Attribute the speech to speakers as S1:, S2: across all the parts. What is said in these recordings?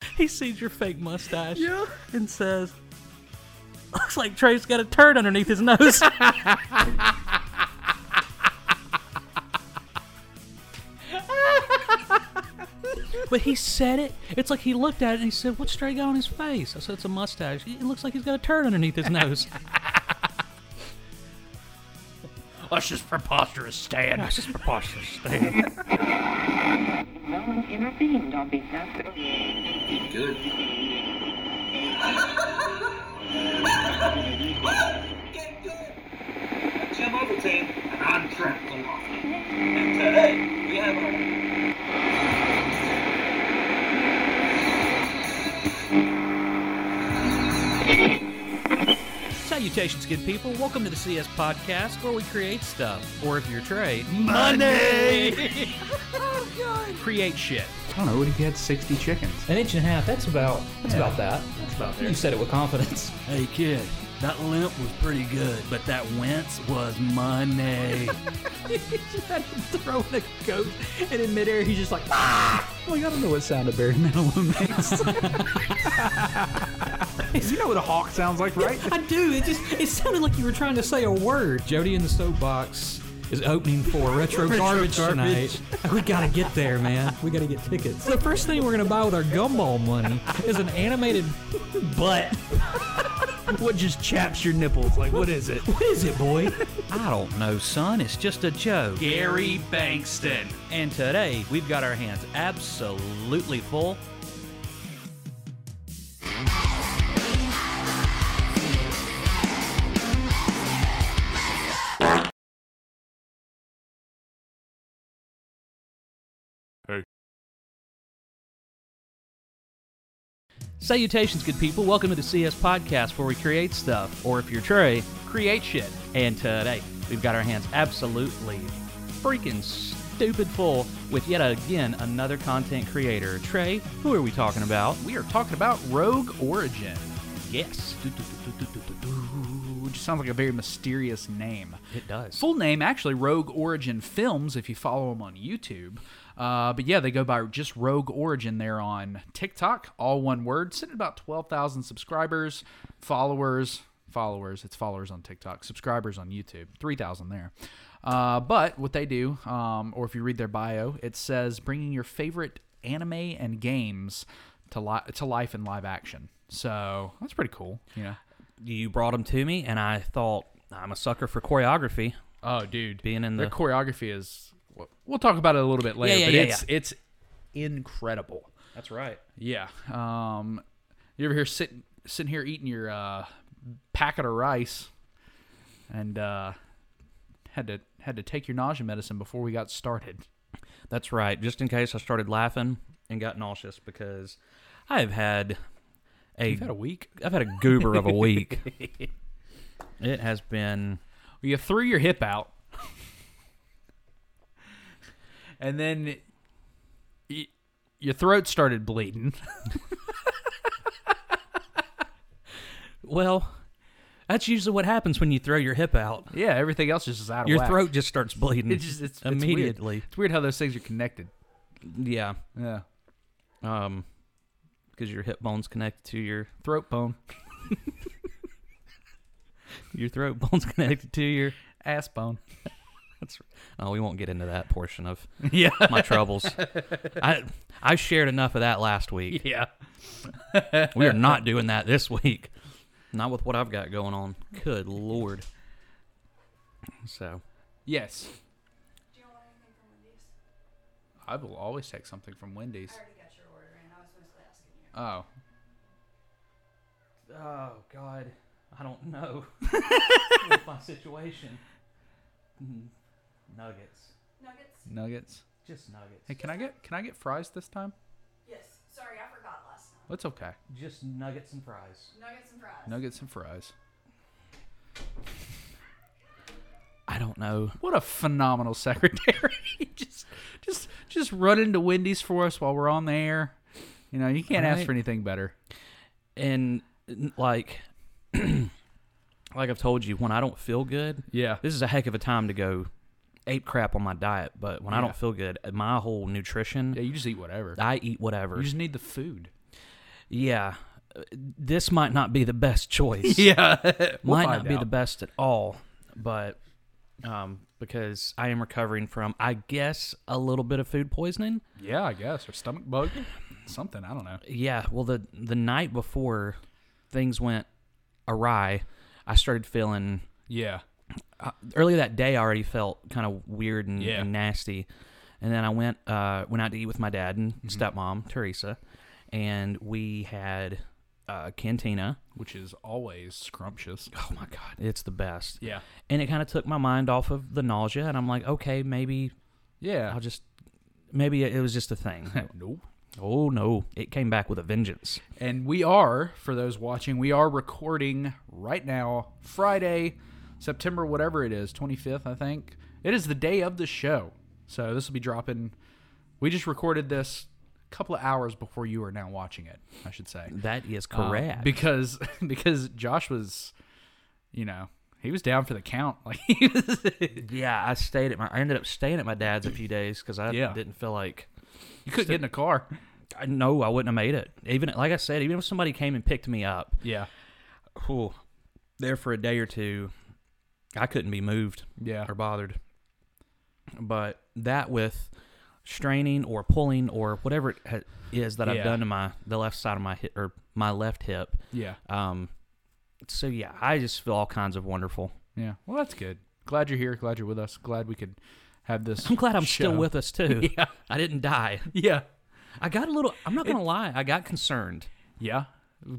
S1: He sees your fake mustache
S2: Yeah.
S1: and says, "Looks like Trey's got a turd underneath his nose." but he said it. It's like he looked at it and he said, "What's Trey got on his face?" I said, "It's a mustache. It looks like he's got a turd underneath his nose."
S2: That's just preposterous, Stan.
S1: That's just preposterous.
S3: No one intervened on behalf of the
S4: Good. Get good. Jim Overton, and I'm Trent Galofsky. And today, we have our...
S1: Salutations, good people. Welcome to the CS Podcast, where we create stuff, or if you're Trey,
S2: Money!
S1: create shit.
S5: I don't know. What if you had 60 chickens?
S1: An inch and a half. That's about. That's about that. That's
S5: about there.
S1: You said it with confidence.
S2: Hey, kid, that limp was pretty good, but that wince was money.
S1: you had him throwing a goat, and in midair he's just like, "Ah!"
S5: Like, I don't know what sound a bare minimum makes. you know what a hawk sounds like, right?
S1: I do. It just it sounded like you were trying to say a word. Jody in the soapbox is opening for retro, garbage, tonight. We gotta get there, man. We gotta get tickets. The first thing we're gonna buy with our gumball money is an animated butt.
S2: what just chaps your nipples? Like, what is it?
S1: What is it, boy? I don't know, son. It's just a joke.
S2: Gary Bankston.
S1: And today we've got our hands absolutely full. Salutations, good people. Welcome to the CS Podcast, where we create stuff, or if you're Trey, create shit. And today, we've got our hands absolutely freaking stupid full with yet again another content creator. Trey, who are we talking about?
S2: We are talking about Rogue Origin.
S1: Yes,
S2: Which sounds like a very mysterious name.
S1: it does.
S2: Full name, actually, Rogue Origin Films, if you follow them on YouTube. Uh, but yeah, they go by just Rogue Origin there on TikTok, all one word. Sitting at about 12,000 subscribers, followers, followers. It's followers on TikTok, subscribers on YouTube, 3,000 there. Uh, but what they do, um, or if you read their bio, it says bringing your favorite anime and games to, li- to life in live action. So that's pretty cool. Yeah.
S1: You brought him to me, and I thought I'm a sucker for choreography.
S2: Oh, dude.
S1: Being in
S2: their
S1: the-
S2: choreography is. We'll talk about it a little bit later,
S1: yeah,
S2: but
S1: yeah,
S2: it's it's incredible.
S1: That's right.
S2: Yeah. Um, you ever here sitting sitting here eating your uh, packet of rice, and uh, had to had to take your nausea medicine before we got started.
S1: That's right. Just in case I started laughing and got nauseous because I have had a
S2: You've had a week.
S1: I've had a goober of a week. it has been
S2: You threw your hip out, and then y- your throat started bleeding.
S1: well. That's usually what happens when you throw your hip out.
S2: Yeah, everything else just is out of
S1: Your
S2: whack.
S1: throat just starts bleeding.
S2: It's just it's it's weird.
S1: immediately.
S2: It's weird how those things are connected.
S1: Yeah.
S2: Yeah.
S1: Um, because your hip bone's connected to your
S2: Throat bone,
S1: your throat bone's connected to your.
S2: ass bone.
S1: That's, oh, we won't get into that portion of
S2: Yeah.
S1: my troubles. I I shared enough of that last week.
S2: Yeah.
S1: We are not doing that this week. Not with what I've got going on. Good lord. So
S2: Yes. I will always take something from Wendy's. Oh.
S1: Oh God, I don't know. my situation? Hmm. Nuggets,
S6: Nuggets?
S2: Nuggets.
S1: just nuggets,
S2: Hey, can I get can I get fries this time?
S6: Yes. Sorry, I forgot last time.
S2: That's okay.
S1: just nuggets and fries.
S6: Nuggets and fries.
S2: Nuggets and fries.
S1: I don't know.
S2: What a phenomenal secretary. just just just run into Wendy's for us while we're on the air. You know, you can't ask
S1: Right.
S2: for anything better.
S1: And n- like, like I've told you, when I don't feel good,
S2: Yeah.
S1: this is a heck of a time to go ape crap on my diet. But when I
S2: Yeah.
S1: don't feel good, my whole nutrition,
S2: Yeah, you just eat whatever.
S1: I eat whatever.
S2: You just need the food.
S1: yeah, uh, this might not be the best choice.
S2: Yeah, We'll
S1: might
S2: find
S1: not be
S2: out.
S1: the best at all, but um, because I am recovering from, I guess, a little bit of food poisoning.
S2: Yeah, I guess or stomach bug, something. I don't know.
S1: Yeah, well, the the night before things went awry, I started feeling
S2: Yeah,
S1: earlier that day I already felt kind of weird and,
S2: Yeah.
S1: and nasty, and then I went uh, went out to eat with my dad
S2: Mm-hmm.
S1: and stepmom Teresa, and we had uh, cantina.
S2: which is always scrumptious.
S1: Oh my god, it's the best.
S2: Yeah,
S1: and it kind of took my mind off of the nausea, and I'm like, okay, maybe
S2: yeah.
S1: I'll just maybe it was just a thing.
S2: nope.
S1: oh no, it came back with a vengeance.
S2: And we are, for those watching, we are recording right now, Friday, September, whatever it is, 25th, I think. It is the day of the show. So this will be dropping. We just recorded this a couple of hours before you are now watching it, I should say.
S1: That is
S2: Uh,
S1: correct.
S2: because because Josh was, you know, he was down for the count. Like he was,
S1: yeah, I stayed at my. I ended up staying at my dad's a few days because I
S2: Yeah.
S1: didn't feel like.
S2: you couldn't get in a car.
S1: I know I wouldn't have made it. Even like I said, even if somebody came and picked me up,
S2: Yeah.
S1: whew, there for a day or two, I couldn't be moved.
S2: Yeah.
S1: or bothered. But that with straining or pulling or whatever it ha- is that
S2: Yeah.
S1: I've done to my the left side of my hip or my left hip.
S2: Yeah.
S1: Um, so yeah, I just feel all kinds of wonderful.
S2: Yeah. Well, that's good. Glad you're here. Glad you're with us. Glad we could have this.
S1: I'm glad I'm still
S2: show.
S1: with us too.
S2: Yeah.
S1: I didn't die.
S2: Yeah.
S1: I got a little. I'm not gonna lie. I got concerned.
S2: Yeah,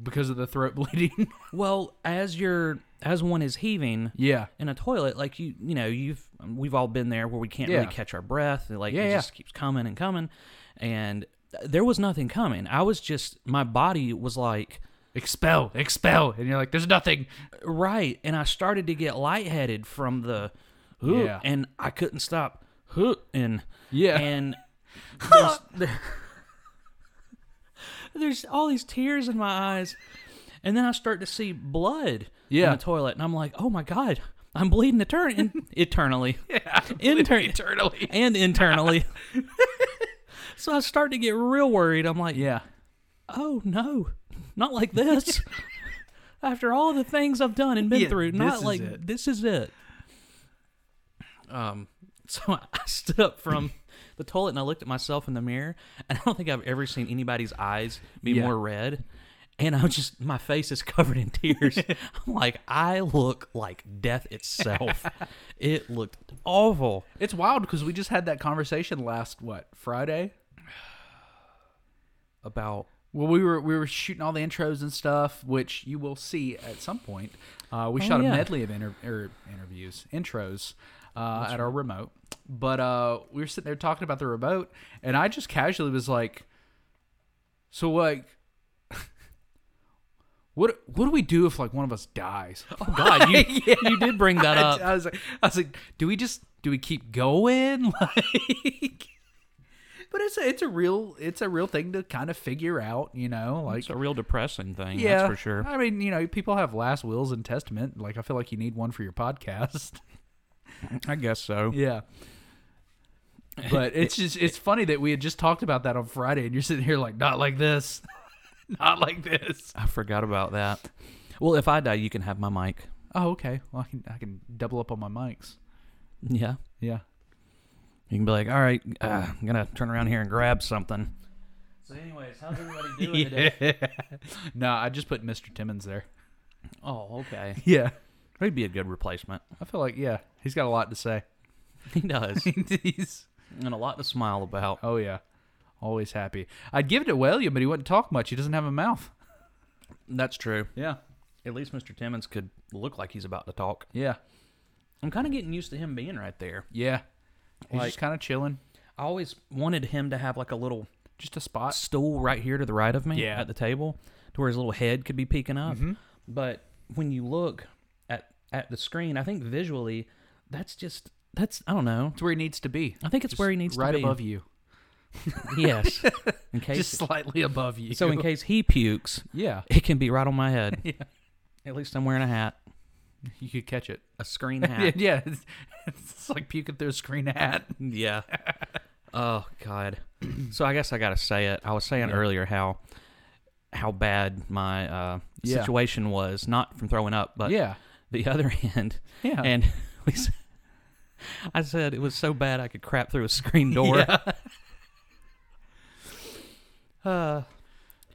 S2: because of the throat bleeding.
S1: Well, as you're as one is heaving.
S2: yeah,
S1: In a toilet, like you, you know, you've we've all been there where we can't
S2: Yeah.
S1: really catch our breath. and, Like
S2: Yeah,
S1: it
S2: yeah.
S1: just keeps coming and coming, and there was nothing coming. I was just my body was like,
S2: expel, expel, and you're like, there's nothing.
S1: Right, and I started to get lightheaded from the, "Huh,"
S2: Yeah.
S1: and I couldn't stop, "Huh," and
S2: Yeah.
S1: and there's, there- there's all these tears in my eyes, and then I start to see blood
S2: Yeah.
S1: in the toilet, and I'm like, oh my god, I'm bleeding etern- in- eternally, Intern-
S2: eternally.
S1: and internally. so I start to get real worried. I'm like,
S2: Yeah,
S1: oh no, not like this. After all the things I've done and been
S2: Yeah,
S1: through,
S2: this
S1: not
S2: is
S1: like
S2: it.
S1: this is it. Um, so I stood up from the toilet and I looked at myself in the mirror, and I don't think I've ever seen anybody's eyes be
S2: Yeah.
S1: more red. And I'm just, my face is covered in tears. I'm like, I look like death itself. it looked awful.
S2: it's wild because we just had that conversation last what Friday.
S1: About
S2: Well, we were we were shooting all the intros and stuff, which you will see at some point. Uh, we shot a
S1: yeah.
S2: medley of inter- er, interviews, intros uh, at our remote. But uh, we were sitting there talking about the remote, and I just casually was like, "So like, what what do we do if like one of us dies?"
S1: oh God, you you did bring that
S2: I-
S1: up.
S2: I was like, I was like, do we just do we keep going? Like, but it's a, it's a real it's a real thing to kind of figure out, you know, like
S1: It's a real depressing thing,
S2: yeah,
S1: that's for sure.
S2: I mean, you know, people have last wills and testament. Like, I feel like you need one for your podcast.
S1: I guess so.
S2: yeah. But it's just it's funny that we had just talked about that on Friday, and you're sitting here like, not like this, not like this.
S1: I forgot about that. Well, if I die, you can have my mic.
S2: Oh, okay. Well, I can I can double up on my mics.
S1: Yeah.
S2: Yeah.
S1: You can be like, all right, uh, I'm going to turn around here and grab something. So, anyways, how's everybody doing today?
S2: no, I just put Mr. Timmons there.
S1: Oh, okay.
S2: Yeah.
S1: He'd be a good replacement.
S2: I feel like yeah, he's got a lot to say.
S1: He does.
S2: He's-
S1: and a lot to smile about.
S2: oh yeah, always happy. I'd give it to William, but he wouldn't talk much. He doesn't have a mouth.
S1: That's true.
S2: Yeah,
S1: At least Mr. Timmons could look like he's about to talk.
S2: yeah,
S1: I'm kind of getting used to him being right there.
S2: yeah. He's
S1: Like-
S2: just kind of chilling,
S1: I always wanted him to have like a little
S2: just a spot.
S1: stool right here to the right of me
S2: Yeah. Mm-hmm.
S1: at the table to where his little head could be peeking up. But when you look at at the screen, I think visually that's just that's I don't know.
S2: It's where he needs to be.
S1: I think it's where he needs
S2: right
S1: to be.
S2: above you,
S1: Yes. In case
S2: just slightly above you.
S1: so in case he pukes,
S2: yeah,
S1: it can be right on my head. yeah. At least I'm wearing a hat,
S2: you could catch it.
S1: a screen
S2: Yeah,
S1: hat.
S2: yeah. It's, it's like puking through a screen hat.
S1: yeah. Oh God. So I guess I gotta say it. I was saying earlier how how bad my uh,
S2: Yeah.
S1: situation was, not from throwing up, but
S2: Yeah.
S1: the other end.
S2: Yeah.
S1: And we, s- I said it was so bad I could crap through a screen door. Uh,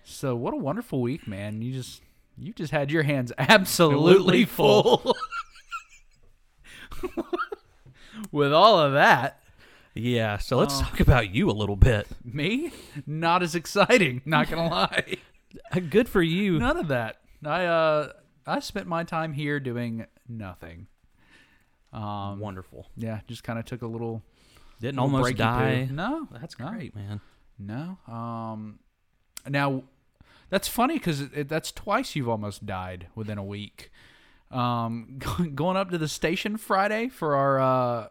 S2: So what a wonderful week, man. You just you just had your hands absolutely full. With all of that,
S1: yeah. So let's talk about you a little bit.
S2: me not as exciting, not going to lie.
S1: Uh, Good for you.
S2: None of that. I uh I spent my time here doing nothing.
S1: Um, Wonderful.
S2: Yeah, just kind of took a little
S1: Didn't
S2: little
S1: almost
S2: breaky
S1: die.
S2: poo. No,
S1: That's
S2: no.
S1: great, man.
S2: No. Um, now, that's funny because that's twice you've almost died within a week. Um, going up to the station Friday for our uh,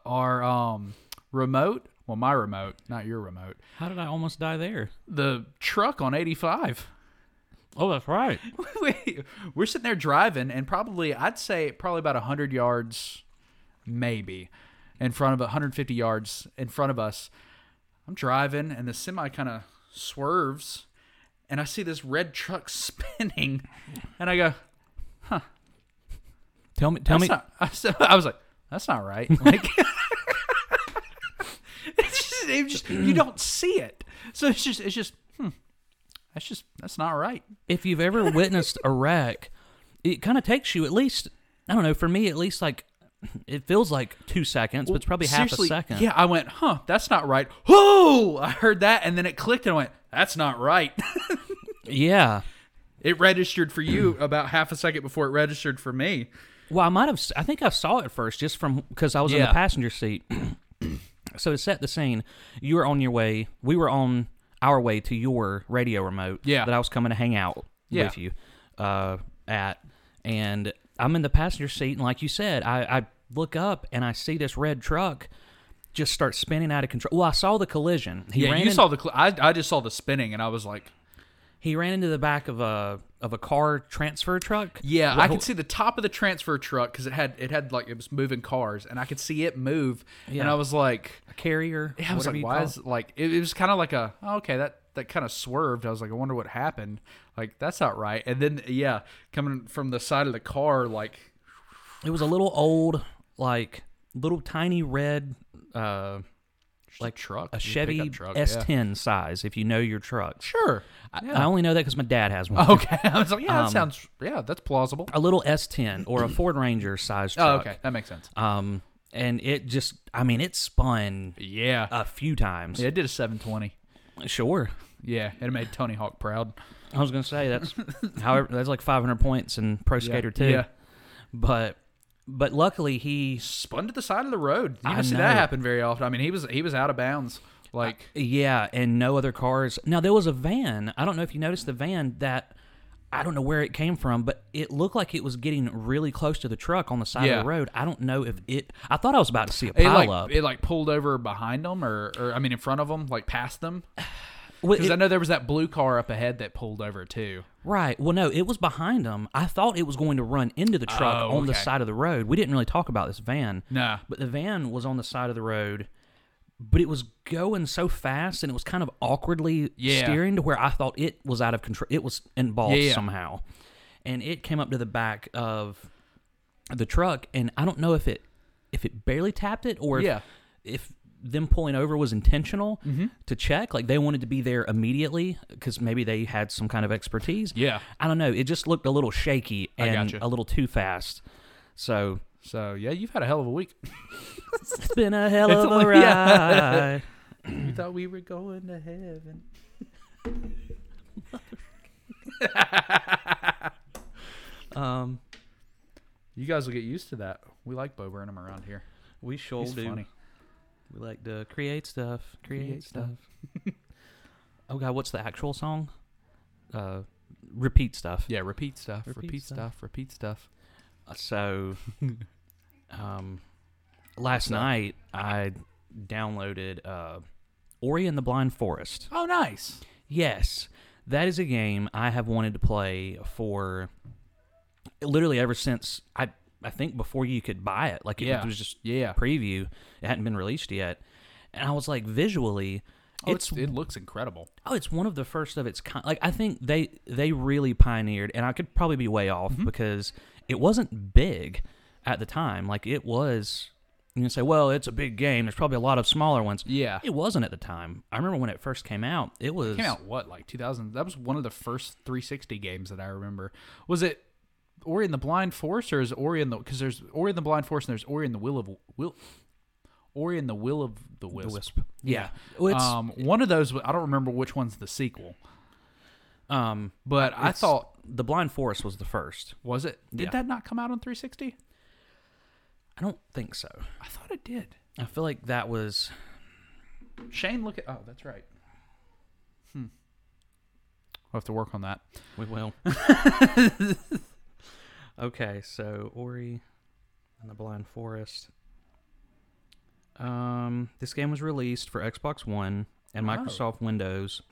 S2: our um remote. Well, my remote, not your remote.
S1: How did I almost die there?
S2: The truck on eighty five.
S1: Oh, that's right.
S2: we, we're sitting there driving and probably i'd say probably about 100 yards maybe in front of 150 yards in front of us i'm driving and the semi kind of swerves and i see this red truck spinning and i go
S1: Tell me, tell
S2: that's
S1: me.
S2: not, I, said- I was like that's not right like it's just, it just you don't see it so it's just it's just hmm, that's just that's not right
S1: if you've ever witnessed a wreck, it kind of takes you at least, I don't know, for me at least, like, it feels like two seconds, but it's probably half a
S2: Seriously,
S1: second.
S2: Yeah, I went, huh, that's not right. Whoa! I heard that, and then it clicked, and I went, that's not right.
S1: Yeah.
S2: it registered for you about half a second before it registered for me.
S1: Well, I might have, I think I saw it first just from, because I was in the
S2: Yeah.
S1: passenger seat. so to set the scene, you were on your way, we were on our way to your radio remote
S2: Yeah.
S1: that I was coming to hang out
S2: Yeah.
S1: with you uh, at. And I'm in the passenger seat, and like you said, I, I look up and I see this red truck just start spinning out of control. Well, I saw the collision. He
S2: yeah,
S1: ran
S2: you
S1: in-
S2: saw the. Cl- I, I just saw the spinning, and I was like,
S1: He ran into the back of a of a car transfer truck.
S2: yeah, I
S1: Well,
S2: could see the top of the transfer truck because it had it had like it was moving cars, and I could see it move, and
S1: Yeah.
S2: I was like,
S1: a carrier.
S2: yeah, I was
S1: whatever
S2: like,
S1: you
S2: why
S1: call
S2: is
S1: it.
S2: like it, it was kind of like a oh, okay that that kind of swerved. I was like, I wonder what happened. Like that's not right. And then yeah, coming from the side of the car, like
S1: It was a little old, like little tiny red, uh,
S2: like truck,
S1: a
S2: pickup
S1: Chevy
S2: truck, yeah.
S1: S10 size. If you know your trucks,
S2: Sure.
S1: I, I only know that because my dad has one.
S2: uh, Okay. I was like, yeah, that
S1: Um,
S2: sounds, yeah, that's plausible.
S1: A little S10 or a Ford Ranger size
S2: Oh,
S1: truck.
S2: okay. That makes sense.
S1: Um, and it just, I mean, it spun
S2: yeah.
S1: a few times.
S2: yeah. It did a 720.
S1: sure.
S2: Yeah. It made Tony Hawk proud.
S1: I was gonna say that's however that's like 500 points in Pro Skater 2.
S2: Yeah.
S1: But but luckily he
S2: Spun to the side of the road. You
S1: I
S2: don't see
S1: know.
S2: that happen very often. I mean, he was, he was out of bounds. Like,
S1: Yeah, and no other cars. Now there was a van. I don't know if you noticed the van that I don't know where it came from, but it looked like it was getting really close to the truck on the side
S2: Yeah.
S1: of the road. I don't know if it. I thought I was about to see a
S2: it
S1: pile
S2: like,
S1: up.
S2: it like pulled over behind them or, or, I mean, in front of them, like past them.
S1: Well,
S2: Because
S1: it-
S2: I know there was that blue car up ahead that pulled over too.
S1: right. Well, no, it was behind them. I thought it was going to run into the truck
S2: Oh,
S1: on the
S2: okay.
S1: side of the road. We didn't really talk about this van.
S2: No.
S1: But the van was on the side of the road, but it was going so fast and it was kind of awkwardly
S2: Yeah.
S1: steering to where I thought it was out of control. It was involved
S2: Yeah, yeah.
S1: somehow. And it came up to the back of the truck and I don't know if it if it barely tapped it or if,
S2: Yeah. Mm-hmm.
S1: if them pulling over was intentional to check like they wanted to be there immediately because maybe they had some kind of expertise
S2: Yeah.
S1: i don't know it just looked a little shaky
S2: I
S1: and
S2: gotcha.
S1: a little too fast so
S2: So, yeah, you've had a hell of a week.
S1: it's been a hell of a
S2: only- yeah.
S1: ride.
S2: you thought we were going to heaven.
S1: Um,
S2: You guys will get used to that. We like Bo Burnham around here.
S1: we sure
S2: He's
S1: do.
S2: funny.
S1: We like to create stuff. Create,
S2: Create
S1: stuff.
S2: stuff.
S1: oh God, what's the actual song? Uh, repeat stuff.
S2: Yeah, repeat stuff,
S1: Repeat
S2: repeat,
S1: stuff.
S2: stuff. repeat stuff.
S1: So, um, last night I downloaded uh, Ori and the Blind Forest.
S2: Oh, nice.
S1: Yes, that is a game I have wanted to play for literally ever since I I think before you could buy it. Like it
S2: Yeah.
S1: was just
S2: Yeah.
S1: preview. It hadn't been released yet. And I was like visually
S2: Oh,
S1: It's-
S2: it's, it looks incredible.
S1: Oh, it's one of the first of its kind. Like I think they they really pioneered, and I could probably be way off
S2: Mm-hmm.
S1: because it wasn't big at the time. Like it was. You can say, well, it's a big game. There's probably a lot of smaller ones.
S2: Yeah.
S1: it wasn't at the time. I remember when it first came out. It was
S2: Came out what like 2000? That was one of the first 360 games that I remember. Was it Ori and the Blind Force or is Ori and the because there's Ori and the Blind Force and there's Ori and the Will of Will. Ori and the Will of the Wisp.
S1: Wisp. Yeah. Well, it's-
S2: um, one of those. I don't remember which one's the sequel,
S1: Um,
S2: but I
S1: it's-
S2: thought
S1: the Blind Forest was the first.
S2: was it. Did
S1: Yeah.
S2: that not come out on 360?
S1: I don't think so.
S2: I thought it did.
S1: I feel like that was
S2: Shane, look at. Oh, that's right. Hmm. We'll have to work on that.
S1: We will. okay, so Ori and the Blind Forest. Um, this game was released for Xbox One and Microsoft Windows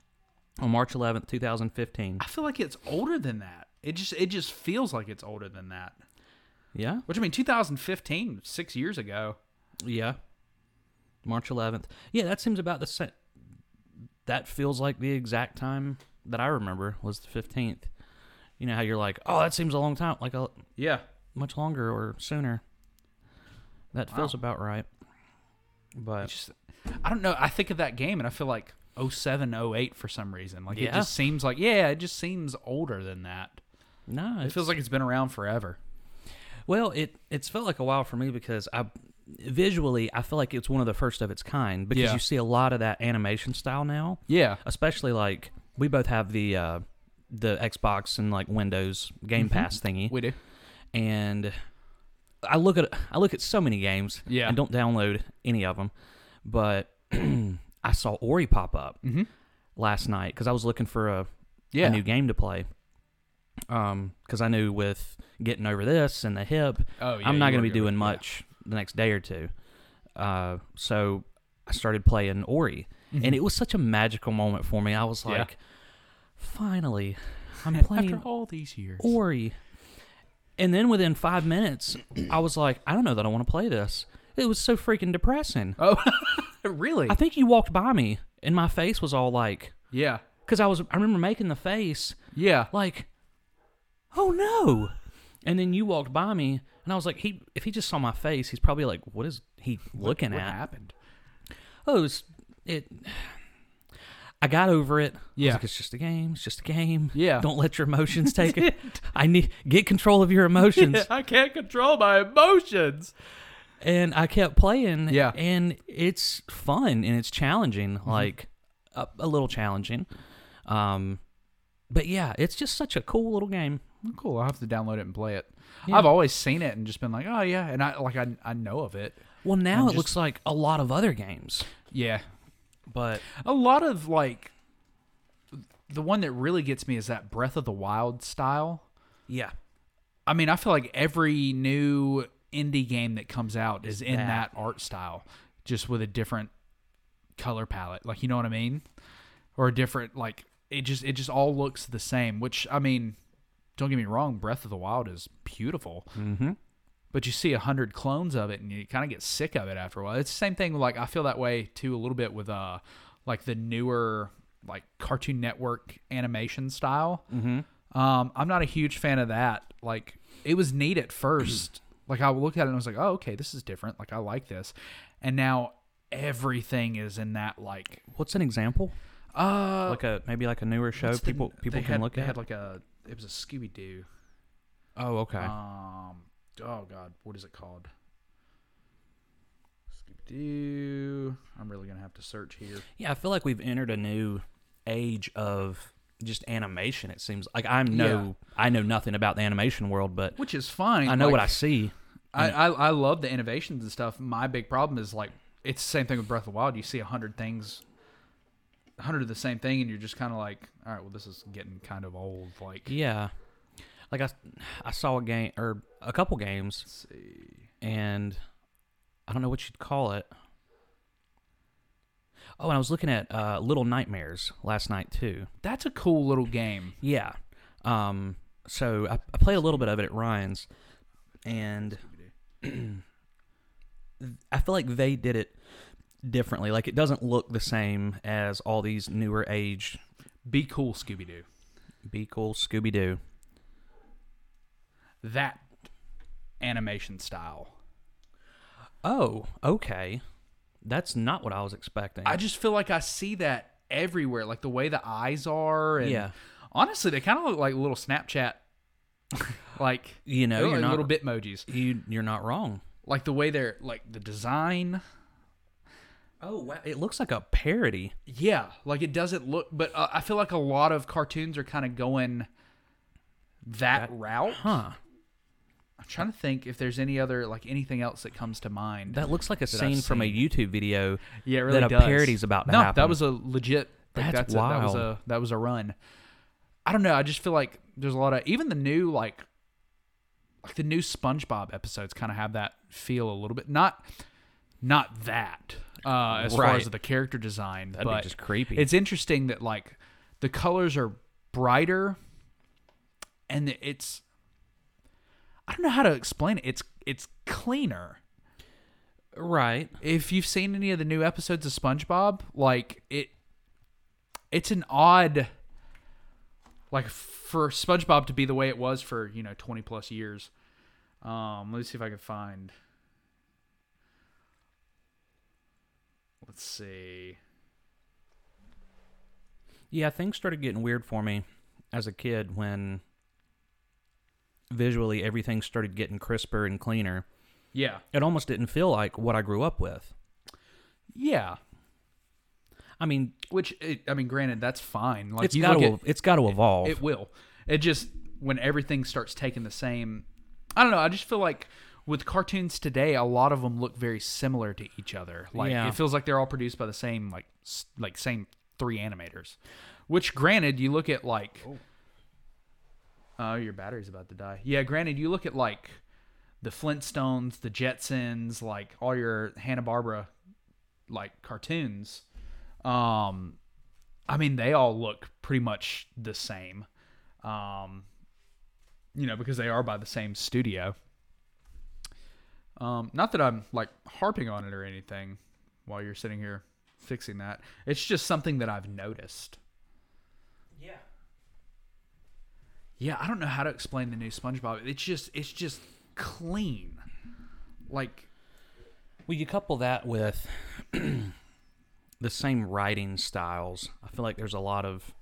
S1: on March 11th, 2015.
S2: I feel like it's older than that. It just it just feels like it's older than that.
S1: Yeah?
S2: Which I mean, 2015, six years ago.
S1: Yeah. March 11th. Yeah, that seems about the same. That feels like the exact time that I remember was the 15th. You know how you're like, oh, that seems a long time, like a,
S2: Yeah.
S1: much longer or sooner. That feels about right. But
S2: Just I don't know. I think of that game and I feel like 07, 08 for some reason. Like it
S1: Yeah.
S2: just seems like yeah, it just seems older than that.
S1: no,
S2: It feels like it's been around forever.
S1: well, it it's felt like a while for me because I visually I feel like it's one of the first of its kind because
S2: Yeah.
S1: you see a lot of that animation style now,
S2: Yeah.
S1: especially like we both have the uh, the Xbox and like Windows Game
S2: Mm-hmm.
S1: Pass thingy,
S2: We do.
S1: and I look at I look at so many games
S2: Yeah.
S1: and don't download any of them, but I saw Ori pop up last night because I was looking for a,
S2: Mm-hmm. Yeah.
S1: a new game to play. Um, because I knew with getting over this and the hip,
S2: Oh, yeah,
S1: I'm
S2: you
S1: not going
S2: were
S1: to be
S2: good with-
S1: doing
S2: yeah.
S1: much the next day or two. Uh, so I started playing Ori, and it was such a magical moment for me. I was
S2: Mm-hmm. Yeah.
S1: like, finally, I'm playing
S2: After all these years.
S1: Ori. And then within five minutes, I was like, I don't know that I want to play this. It was so freaking depressing.
S2: Oh, really?
S1: I think you walked by me, and my face was all like,
S2: yeah.
S1: because I was, I remember making the face
S2: Yeah.
S1: like, oh no. And then you walked by me, and I was like, he, if he just saw my face, he's probably like, what is he looking
S2: what
S1: at?
S2: happened?
S1: Oh, it, was, it. I got over it. I was
S2: Yeah.
S1: like, it's just a game. It's just a game.
S2: Yeah.
S1: don't let your emotions take it. I need get control of your emotions.
S2: I can't control my emotions.
S1: and I kept playing.
S2: Yeah. Mm-hmm.
S1: and it's fun and it's challenging, like a, a little challenging. Um, but yeah, it's just such a cool little game.
S2: Cool. I'll have to download it and play it.
S1: Yeah.
S2: I've always seen it and just been like, oh yeah, and I like I, I know of it.
S1: Well, now
S2: I'm
S1: it looks
S2: just-
S1: like a lot of other games,
S2: Yeah.
S1: but
S2: A lot of like the one that really gets me is that Breath of the Wild style.
S1: yeah,
S2: I mean, I feel like every new indie game that comes out is in
S1: That.
S2: that art style, just with a different color palette. Like, you know what I mean? Or a different like it just it just all looks the same, which I mean, don't get me wrong, Breath of the Wild is beautiful. Mm-hmm. But you see a hundred clones of it, and you kind of get sick of it after a while. It's the same thing. Like I feel that way too, a little bit with uh, like the newer like Cartoon Network animation style. Um, I'm not a huge fan of that. Like it was neat at first. like I looked at it and I was like, oh, okay, this is different. Like I like this. And now everything is in that like
S1: what's an example?
S2: uh
S1: Like a maybe like a newer show
S2: what's the-
S1: oh, people people
S2: they
S1: can
S2: had-
S1: look
S2: they
S1: at.
S2: had like a it was a Scooby Doo.
S1: oh, okay.
S2: Um oh god, what is it called? Scooby Doo. I'm really gonna have to search here.
S1: yeah, I feel like we've entered a new age of just animation. It seems like I'm no, I know nothing about the animation world, but
S2: Which is fine.
S1: I know what I
S2: like-
S1: see.
S2: I, I I love the innovations and stuff. My big problem is like it's the same thing with Breath of the Wild. You see a hundred things, a hundred of the same thing, and you're just kind of like, all right, well, this is getting kind of old. Like,
S1: Yeah. Like I, I saw a game or a couple games. And I don't know what you'd call it. Oh, and I was looking at uh, Little Nightmares last night too.
S2: that's a cool little game.
S1: Yeah. Um. So I, I played a little bit of it at Ryan's, and I feel like they did it differently. Like it doesn't look the same as all these newer age
S2: Be cool, Scooby Doo.
S1: Be Cool Scooby Doo.
S2: That animation style.
S1: Oh, okay. That's not what I was expecting.
S2: I just feel like I see that everywhere, like the way the eyes are. And
S1: Yeah.
S2: Honestly, they kind of look like little Snapchat, like
S1: You know,
S2: they look
S1: you're not-
S2: like little bitmojis.
S1: you you're not wrong.
S2: Like the way they're like the design.
S1: Oh, wow. It looks like a parody.
S2: Yeah, like it doesn't look, but uh, I feel like a lot of cartoons are kind of going that, route.
S1: Huh.
S2: I'm trying to think if there's any other like anything else that comes to mind.
S1: That looks like a
S2: I've
S1: scene from a YouTube video.
S2: yeah, it really
S1: that
S2: does.
S1: a parody's about to
S2: no,
S1: happen.
S2: that was a legit. Like,
S1: That's
S2: that's, a, that was
S1: wild.
S2: a that was a run. I don't know. I just feel like there's a lot of even the new like like the new SpongeBob episodes kind of have that feel a little bit. Not not that uh, as far
S1: Right.
S2: as the character design.
S1: That'd be
S2: but
S1: just creepy.
S2: It's interesting that like the colors are brighter, and it's I don't know how to explain it. It's it's cleaner
S1: right.
S2: if you've seen any of the new episodes of SpongeBob, like it, it's an odd, like for SpongeBob to be the way it was for you know twenty plus years. Um, let me see if I can find. Let's see.
S1: Yeah, things started getting weird for me as a kid when visually everything started getting crisper and cleaner.
S2: Yeah,
S1: It almost didn't feel like what I grew up with.
S2: yeah.
S1: I mean,
S2: Which it, I mean, granted, that's fine. Like
S1: it's
S2: you
S1: got
S2: look
S1: to
S2: at-
S1: it's got to evolve.
S2: It will. It just when everything starts taking the same. I don't know. I just feel like with cartoons today, a lot of them look very similar to each other. Like
S1: Yeah.
S2: it feels like they're all produced by the same like s- like same three animators. Which, granted, you look at like. Oh, your battery's about to die. Yeah, granted, you look at like the Flintstones, the Jetsons, like all your Hanna Barbera like cartoons. Um, I mean, they all look pretty much the same. Um, you know, because they are by the same studio. Um, not that I'm like harping on it or anything while you're sitting here fixing that. It's just something that I've noticed. Yeah, I don't know how to explain the new SpongeBob. It's just it's just clean. Like
S1: Well, you couple that with the same writing styles. I feel like there's a lot of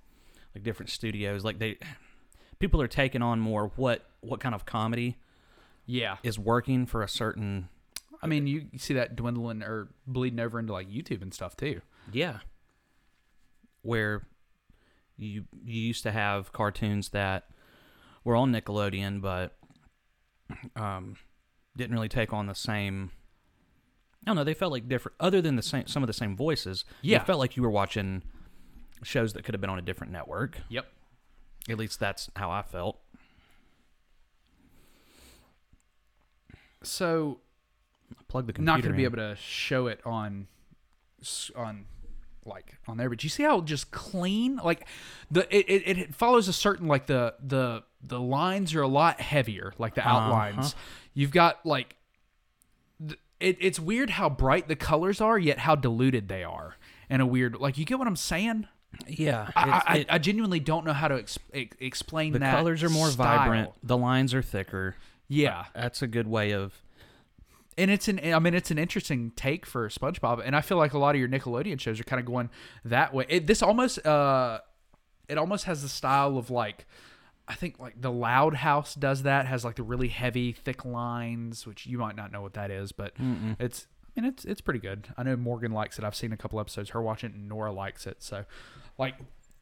S1: like different studios. Like they people are taking on more what what kind of comedy
S2: yeah.
S1: is working for a certain
S2: I mean, you you see that dwindling or bleeding over into like YouTube and stuff too.
S1: yeah where you you used to have cartoons that were on Nickelodeon but um didn't really take on the same I don't know, they felt like different other than the same some of the same voices.
S2: Yeah.
S1: It felt like you were watching shows that could have been on a different network.
S2: Yep.
S1: At least that's how I felt.
S2: So
S1: I plugged the computer.
S2: not going to be
S1: in.
S2: able to show it on s- on like on there but you see how just clean like the it, it, it follows a certain like the the the lines are a lot heavier like the
S1: Uh-huh.
S2: outlines you've got like th- it, it's weird how bright the colors are yet how diluted they are and a weird like you get what i'm saying
S1: Yeah.
S2: I,
S1: it's-
S2: I,
S1: it-
S2: I genuinely don't know how to ex- ex- explain
S1: the
S2: that
S1: colors are more
S2: style.
S1: vibrant. The lines are thicker.
S2: yeah
S1: That's a good way of
S2: and it's an I mean it's an interesting take for SpongeBob, and I feel like a lot of your Nickelodeon shows are kind of going that way. It, this almost uh, it almost has the style of like I think like the Loud House does that has like the really heavy thick lines, which you might not know what that is, but it's I mean it's it's pretty good. I know Morgan likes it. I've seen a couple episodes. Her watching it, and Nora likes it. So like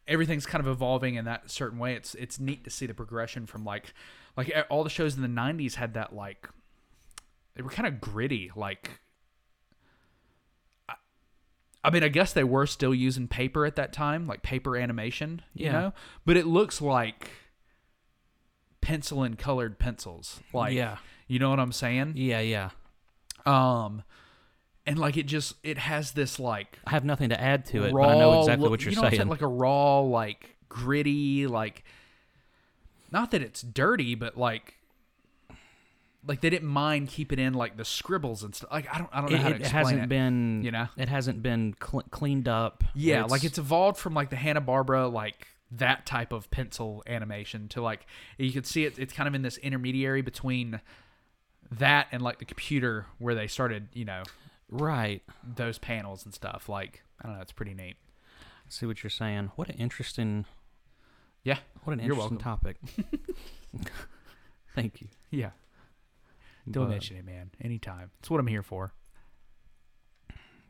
S2: everything's kind of evolving in that certain way. It's it's neat to see the progression from like like e, all the shows in the '90s had that like they were kind of gritty like I- I mean, I guess they were still using paper at that time, like paper animation, you
S1: Yeah.
S2: know. But it looks like pencil and colored pencils, like
S1: Yeah.
S2: you know what I'm saying.
S1: Yeah, yeah.
S2: Um, and like it just it has this like
S1: I have nothing to add to it,
S2: raw,
S1: but I know exactly
S2: look-
S1: what you're
S2: you know
S1: saying.
S2: I'm Like a raw, like gritty, like not that it's dirty, but like like they didn't mind keeping in like the scribbles and stuff. Like I don't I don't know how to
S1: It, it
S2: explain
S1: hasn't been,
S2: you know?
S1: it hasn't been cl- cleaned up.
S2: Yeah, like it's evolved from like the Hanna Barbera like that type of pencil animation to like you could see it. It's kind of in this intermediary between that and like the computer where they started, you know,
S1: right.
S2: those panels and stuff. Like I don't know, it's pretty neat.
S1: I see what you're saying. What an interesting,
S2: Yeah,
S1: what an
S2: You're
S1: interesting
S2: welcome.
S1: topic. Thank you.
S2: yeah. Don't
S1: But
S2: mention it, man. Anytime. It's what I'm here for.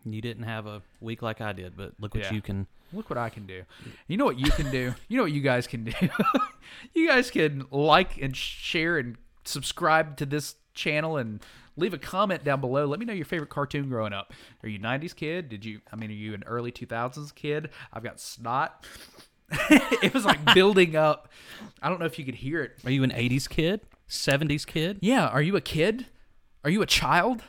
S1: You didn't have a week like I did, but look what
S2: Yeah.
S1: you can.
S2: Look what I can do. You know what you can do. You know what you guys can do. you guys can like and share and subscribe to this channel and leave a comment down below. Let me know your favorite cartoon growing up. Are you 90s kid? Did you I mean are you an early 2000s kid? I've got snot. it was like building up. I don't know if you could hear it.
S1: Are you an 80s kid? 70s kid?
S2: Yeah, are you a kid? Are you a child?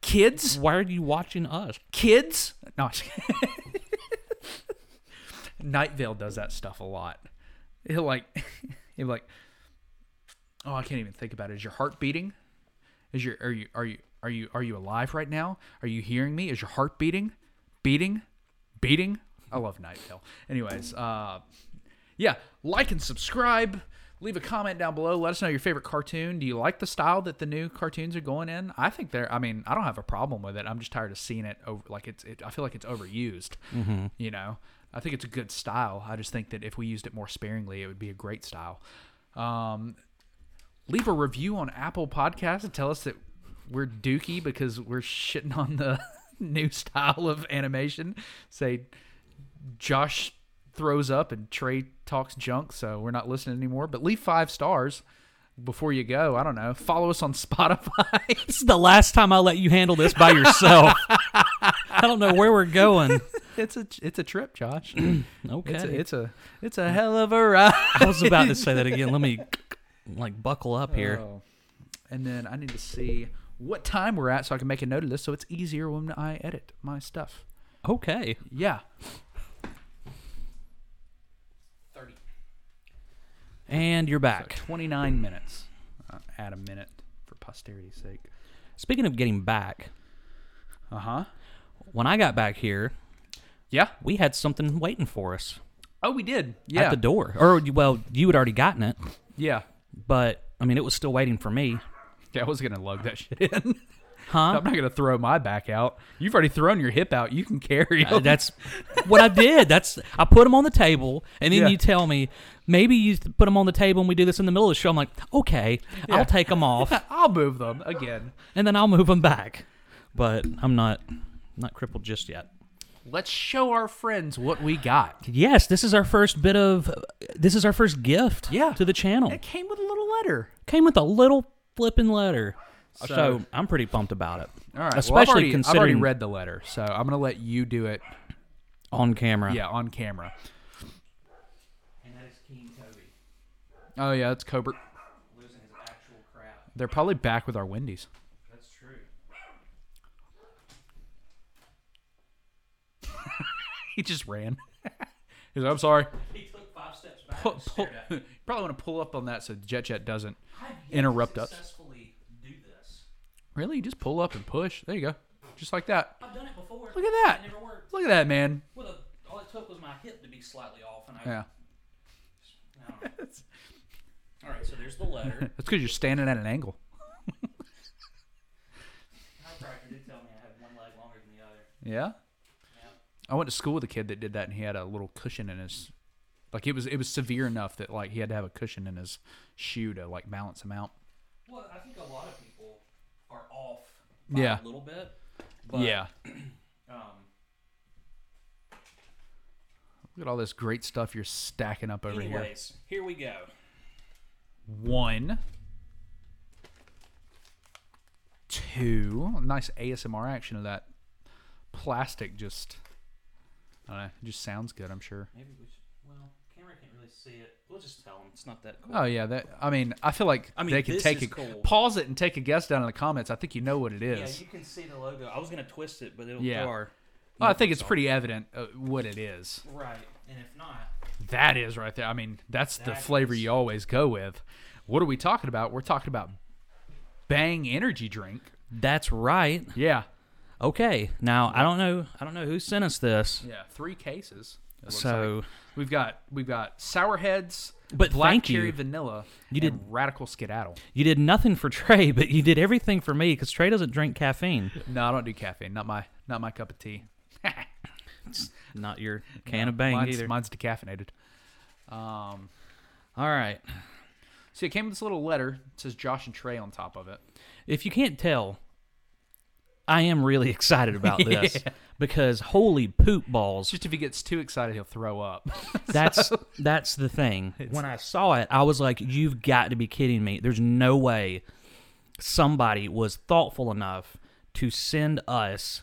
S2: Kids?
S1: Why are you watching us?
S2: kids. No, I'm just kidding. Night Vale does that stuff a lot. He'll like, he'll like, oh, I can't even think about it. Is your heart beating? Is your are you are you are you are you alive right now? Are you hearing me? Is your heart beating? Beating? Beating? I love Night Vale. Anyways, uh yeah, like and subscribe. Leave a comment down below. Let us know your favorite cartoon. Do you like the style that the new cartoons are going in? I think they're. I mean, I don't have a problem with it. I'm just tired of seeing it over. Like it's. It, I feel like it's overused. You know. I think it's a good style. I just think that if we used it more sparingly, it would be a great style. Um, leave a review on Apple Podcasts and tell us that we're dookie because we're shitting on the new style of animation. Say Josh throws up and Trey talks junk, so we're not listening anymore. But leave five stars before you go. I don't know. Follow us on Spotify.
S1: This is the last time I let you handle this by yourself. I don't know where we're going.
S2: it's a it's a trip, Josh.
S1: Okay.
S2: It's a, it's a it's a hell of a ride.
S1: I was about to say that again. Let me like buckle up here.
S2: Oh. And then I need to see what time we're at so I can make a note of this so it's easier when I edit my stuff.
S1: Okay.
S2: Yeah.
S1: And you're back.
S2: 29 minutes. Uh, add a minute for posterity's sake.
S1: Speaking of getting back,
S2: Uh huh.
S1: when I got back here,
S2: Yeah.
S1: we had something waiting for us
S2: Oh, we did. Yeah.
S1: at the door. Or well, you had already gotten it,
S2: Yeah.
S1: but I mean it was still waiting for me.
S2: Yeah, I was gonna lug that shit in.
S1: Huh?
S2: I'm not gonna throw my back out. You've already thrown your hip out. You can carry.
S1: Uh,
S2: it.
S1: that's what I did. That's I put them on the table, and then
S2: Yeah.
S1: you tell me maybe you put them on the table and we do this in the middle of the show. I'm like, okay, I'll take them off,
S2: I'll move them again.
S1: and then I'll move them back. But I'm not not crippled just yet.
S2: Let's show our friends what we got.
S1: Yes, this is our first bit of this is our first gift
S2: Yeah.
S1: to the channel.
S2: It came with a little letter.
S1: Came with a little flipping letter. So,
S2: So-
S1: I'm pretty pumped about it.
S2: All right. well, I've
S1: Especially
S2: already-
S1: considering
S2: I've already read the letter, so I'm gonna let you do it.
S1: on camera.
S2: Yeah, on camera.
S1: And that is King Toby
S2: Oh yeah, it's Cobert.
S1: losing his actual crap.
S2: They're probably back with our Wendy's.
S1: That's true.
S2: He just ran. He's like, I'm sorry.
S1: He took five steps back.
S2: Pu- pu- probably want to pull up on that so Jet Jet doesn't interrupt us.
S1: do this.
S2: Really? You just pull up and push. There you go. Just like that.
S1: I've done it before.
S2: Look at that.
S1: It never worked.
S2: Look at that, man.
S1: Well, the, all it took was my hip to be slightly off, and I.
S2: Yeah.
S1: I don't know. all right, so there's the letter.
S2: That's because you're standing at an angle.
S1: Chiropractor did tell me I have one leg longer than the other.
S2: Yeah. I went to school with a kid that did that, and he had a little cushion in his, like it was it was severe enough that like he had to have a cushion in his shoe to like balance him out.
S1: Well, I think a lot of people are off by
S2: Yeah.
S1: a little bit. But,
S2: yeah.
S1: Um,
S2: Look at all this great stuff you're stacking up over here.
S1: anyways, here we go.
S2: One. Two. Nice ASMR action of that plastic just. I don't know. It just sounds good, I'm sure.
S1: Maybe we should. Well, camera can't really see it. We'll just tell them it's not that cool.
S2: Oh yeah, that. I mean, I feel like
S1: I mean,
S2: they could
S1: this
S2: take
S1: is
S2: a
S1: cool.
S2: pause it and take a guess down in the comments. I think you know what it
S1: yeah,
S2: is.
S1: you can see the logo. I was gonna twist it, but it'll
S2: Yeah.
S1: throw our.
S2: Well, I think it's pretty evident uh, what it is.
S1: Right, and if not,
S2: That is right there. I mean, that's the
S1: That
S2: flavor
S1: is-
S2: you always go with. What are we talking about? We're talking about Bang energy drink.
S1: That's right.
S2: Yeah.
S1: Okay. Now I don't know. I don't know who sent us this.
S2: Yeah. Three cases. it looks
S1: So-
S2: like. we've got we've got sour heads,
S1: But
S2: black
S1: thank
S2: cherry
S1: you.
S2: vanilla,
S1: You
S2: and
S1: did-
S2: radical skedaddle.
S1: You did nothing for Trey, but you did everything for me because Trey doesn't drink caffeine.
S2: No, I don't do caffeine. Not my not my cup of tea.
S1: Not your can of bang
S2: mine's,
S1: either.
S2: mine's decaffeinated. Um,
S1: All right.
S2: so it came with this little letter. It says Josh and Trey on top of it.
S1: If you can't tell, I am really excited about this because holy poop balls.
S2: It's just if he gets too excited, he'll throw up.
S1: That's that's the thing. When I saw it, I was like, "You've got to be kidding me! There's no way somebody was thoughtful enough to send us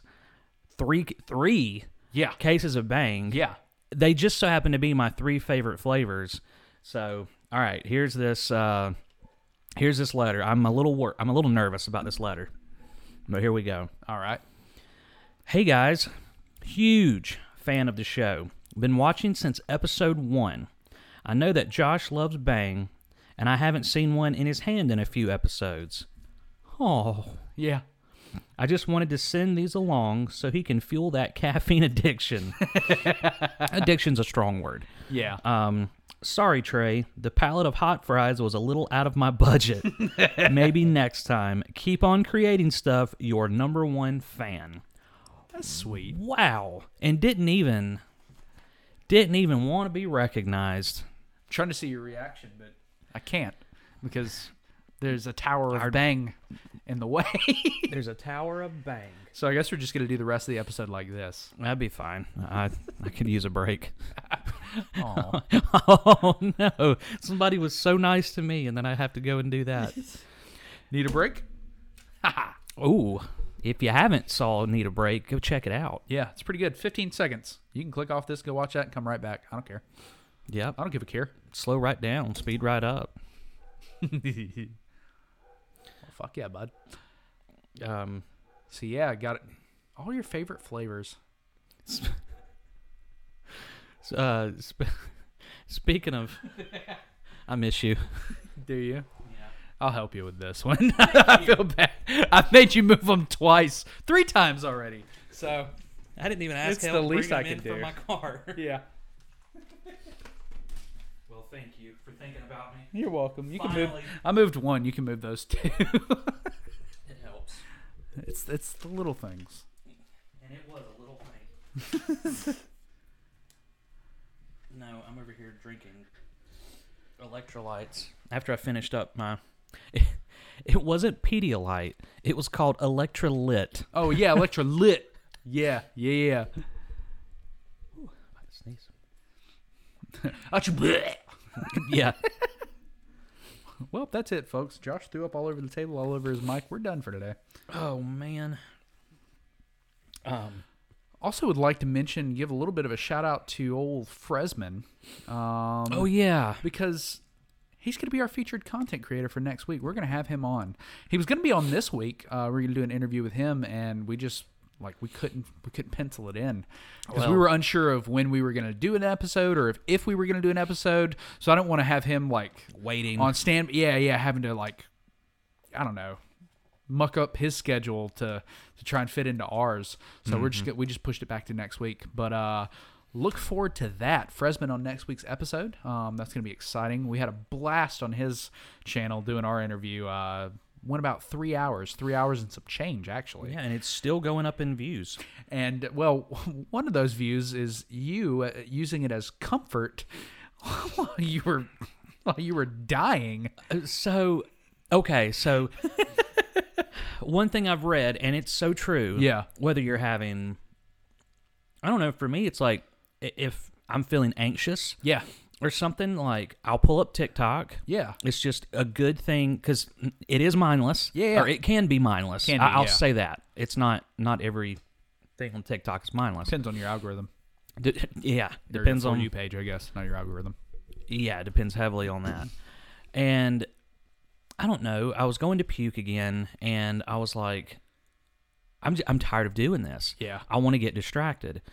S1: three three
S2: yeah,
S1: cases of Bang.
S2: yeah.
S1: they just so happen to be my three favorite flavors. So, all right, here's this. Uh, here's this letter. I'm a little wor- I'm a little nervous about this letter, but here we go.
S2: All right.
S1: Hey guys, huge fan of the show. Been watching since episode one. I know that Josh loves Bang, and I haven't seen one in his hand in a few episodes. Oh,
S2: Yeah.
S1: I just wanted to send these along so he can fuel that caffeine addiction. Addiction's a strong word.
S2: Yeah.
S1: Um, sorry, Trey. The palette of hot fries was a little out of my budget. Maybe next time. Keep on creating stuff. Your number one fan.
S2: That's sweet.
S1: Wow. And didn't even didn't even want to be recognized.
S2: trying to see your reaction, but I can't because there's a tower of bang in the way.
S1: There's a tower of bang.
S2: so I guess we're just gonna do the rest of the episode like this.
S1: That'd be fine. I I could use a break.
S2: Aw.
S1: oh no. Somebody was so nice to me and then I have to go and do that.
S2: Need a break?
S1: Ooh. If you haven't saw Need a Break, go check it out.
S2: Yeah, it's pretty good. 15 seconds. You can click off this, go watch that, and come right back. I don't care.
S1: Yep.
S2: I don't give a care.
S1: Slow right down, speed right up.
S2: Well, fuck yeah, bud.
S1: Um
S2: So yeah, I got it. All your favorite flavors.
S1: uh sp- speaking of I miss you.
S2: Do you? Yeah. I'll help you with this one. I feel bad. I've made you move them twice, three times already. So
S1: I didn't even ask
S2: It's help the least bringing I him can in for do. my
S1: car.
S2: yeah,
S1: Well, thank you for thinking about me.
S2: you're welcome. You can
S1: Finally.
S2: move. I moved one. You can move those two.
S1: It helps.
S2: it's it's the little things.
S1: And it was a little thing. no, I'm over here drinking electrolytes. After I finished up my. It, wasn't Pedialyte. It was called Electrolyte.
S2: Oh yeah, electrolyte. yeah, yeah,
S1: Sneeze.
S2: yeah. Achoo,
S1: Yeah.
S2: well, that's it, folks. Josh threw up all over the table, all over his mic. We're done for today.
S1: oh, man. Um,
S2: Also, would like to mention, give a little bit of a shout out to old Fresman. Um,
S1: oh, yeah.
S2: because he's going to be our featured content creator for next week. We're going to have him on. He was going to be on this week. Uh, we're going to do an interview with him, and we just like we couldn't we couldn't pencil it in because we
S1: Well-
S2: were unsure of when we were going to do an episode or if, if we were going to do an episode. So I don't want to have him like
S1: Waiting.
S2: on stand. Yeah, yeah, having to like I don't know muck up his schedule to to try and fit into ours. So we're just go- we just pushed it back to next week. But uh look forward to that. Fresman on next week's episode. Um that's going to be exciting. We had a blast on his channel doing our interview. Uh went about 3 hours, 3 hours and some change actually.
S1: yeah, and it's still going up in views.
S2: And well, one of those views is you uh, using it as comfort while you were while you were dying.
S1: So, okay, so one thing I've read, and it's so true.
S2: Yeah.
S1: Whether you're having, I don't know, for me, it's like i- if I'm feeling anxious
S2: Yeah.
S1: or something, like I'll pull up TikTok.
S2: Yeah.
S1: It's just a good thing because it is mindless.
S2: Yeah, yeah.
S1: Or it can be mindless.
S2: Can be,
S1: I- I'll
S2: yeah.
S1: say that. It's not, not every thing on TikTok is mindless.
S2: Depends on your algorithm.
S1: D- yeah.
S2: Or your
S1: Depends
S2: For
S1: on
S2: you page, I guess, not your algorithm.
S1: yeah, it depends heavily on that. And I don't know. I was going to puke again, and I was like, I'm, j- I'm tired of doing this.
S2: Yeah.
S1: I want to get distracted.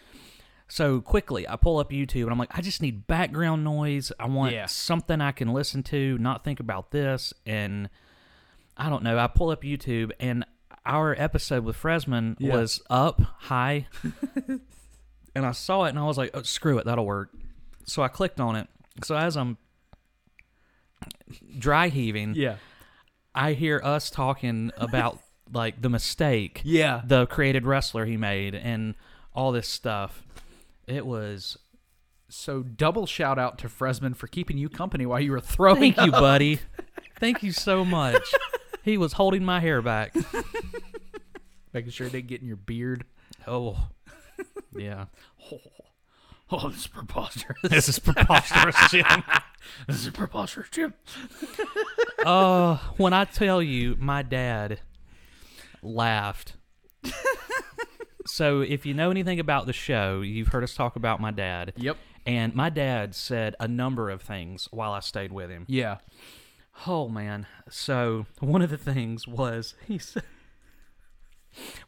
S1: So quickly, I pull up YouTube and I'm like, I just need background noise. I want
S2: Yeah.
S1: something I can listen to, not think about this. And I don't know. I pull up YouTube and our episode with Fresman
S2: Yeah.
S1: was up high, and I saw it and I was like, oh, "Screw it, that'll work." So I clicked on it. So as I'm dry heaving,
S2: Yeah.
S1: I hear us talking about like the mistake,
S2: Yeah.
S1: the created wrestler he made, and all this stuff. It was
S2: So double shout out to Fresman for keeping you company while you were throwing
S1: Thank you,
S2: up.
S1: buddy. Thank you so much. he was holding my hair back.
S2: Making sure it didn't get in your beard.
S1: Oh, yeah.
S2: Oh, this is preposterous.
S1: This is preposterous, Jim.
S2: This is preposterous, Jim.
S1: Uh, when I tell you, my dad laughed. so, if you know anything about the show, you've heard us talk about my dad.
S2: Yep.
S1: And my dad said a number of things while I stayed with him.
S2: Yeah.
S1: Oh man. So one of the things was he said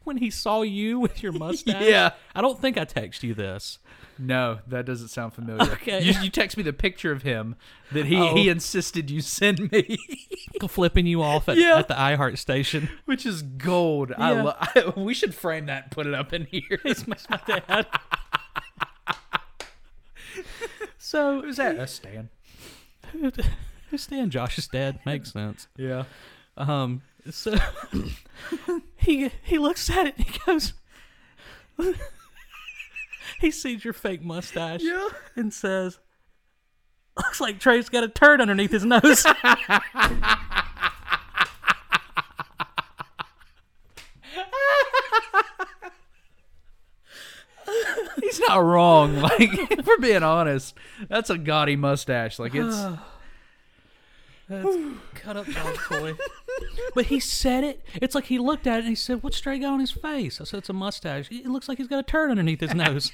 S1: when he saw you with your mustache.
S2: Yeah.
S1: I don't think I text you this.
S2: No, that doesn't sound familiar.
S1: Okay.
S2: You, you text me the picture of him that he,
S1: Oh.
S2: he insisted you send me,
S1: Flipping you off at,
S2: Yeah.
S1: at the iHeart station.
S2: which is gold. I,
S1: Yeah.
S2: lo- I we should frame that and put it up in here.
S1: It's my dad. so
S2: Who's that? That's Stan.
S1: who's Stan Josh's dad? Makes sense.
S2: Yeah.
S1: Um, so he he looks at it and he goes, he sees your fake mustache,
S2: Yeah.
S1: and says, "Looks like Trey's got a turd underneath his nose."
S2: He's not wrong. Like, if we're being honest, that's a gaudy mustache. Like, it's.
S1: Cut up dog toy. But he said it. It's like he looked at it and he said, "What's Trey got on his face?" I said, "It's a mustache. It looks like he's got a turd underneath his nose."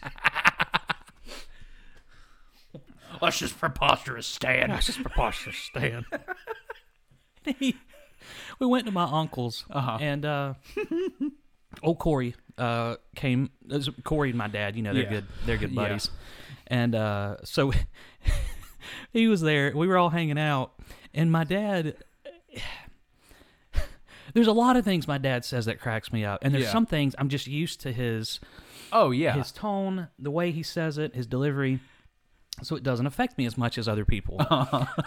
S2: That's just preposterous, Stan.
S1: That's just preposterous, Stan. we went to my uncle's,
S2: Uh-huh.
S1: and uh, old Corey uh, came. it was Corey and my dad, you know, they're
S2: Yeah.
S1: good. They're good
S2: Yeah.
S1: buddies. And uh, so he was there. We were all hanging out, and my dad. There's a lot of things my dad says that cracks me up, and there's
S2: Yeah.
S1: some things I'm just used to his
S2: Oh, yeah.
S1: his tone, the way he says it, his delivery. So it doesn't affect me as much as other people.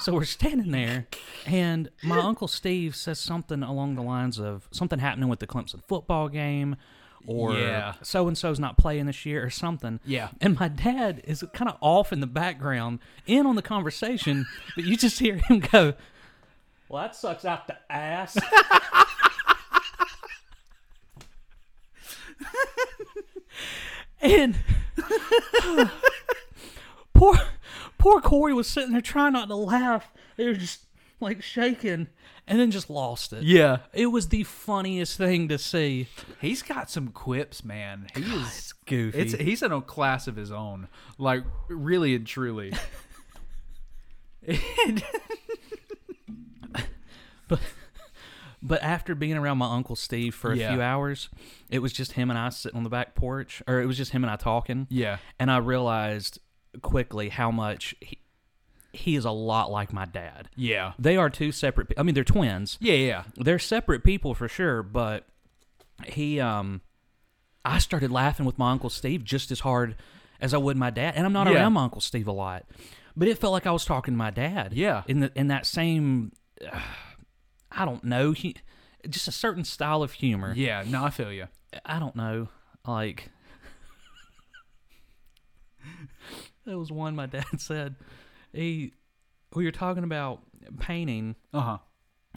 S1: so we're standing there, and my uncle Steve says something along the lines of something happening with the Clemson football game, or
S2: Yeah.
S1: so and so's not playing this year, or something.
S2: Yeah.
S1: And my dad is kind of off in the background, in on the conversation, but you just hear him go, "Well, that sucks out the ass." And poor, poor Corey was sitting there trying not to laugh. They were just like shaking, and then just lost it.
S2: yeah.
S1: it was the funniest thing to see.
S2: He's got some quips, man. He is
S1: goofy.
S2: It's he's in a class of his own. Like really and truly.
S1: But after being around my uncle Steve for a
S2: Yeah.
S1: few hours, it was just him and I sitting on the back porch, or it was just him and I talking.
S2: Yeah.
S1: and I realized quickly how much he, he is a lot like my dad.
S2: Yeah.
S1: They are two separate. pe- I mean, they're twins.
S2: Yeah, yeah.
S1: they're separate people for sure, but he um I started laughing with my uncle Steve just as hard as I would my dad, and I'm not
S2: Yeah.
S1: around my uncle Steve a lot. But it felt like I was talking to my dad.
S2: Yeah.
S1: In the in that same uh, I don't know, he, just a certain style of humor.
S2: Yeah, no, I feel you.
S1: I don't know. Like That was one my dad said. He we were talking about painting
S2: Uh-huh.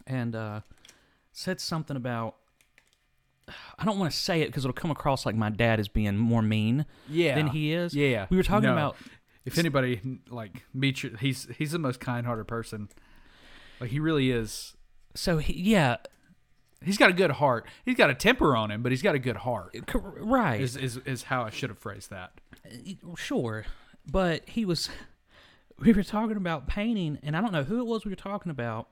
S1: and uh, said something about. I don't want to say it because it'll come across like my dad is being more mean
S2: Yeah.
S1: than he is.
S2: Yeah, yeah.
S1: we were talking
S2: No.
S1: about.
S2: If anybody like meets you he's he's the most kind hearted person. Like he really is.
S1: So he, yeah,
S2: He's got a good heart. He's got a temper on him, but he's got a good heart.
S1: cor- right,
S2: Is is is how I should have phrased that.
S1: sure, but he was. We were talking about painting, and I don't know who it was we were talking about.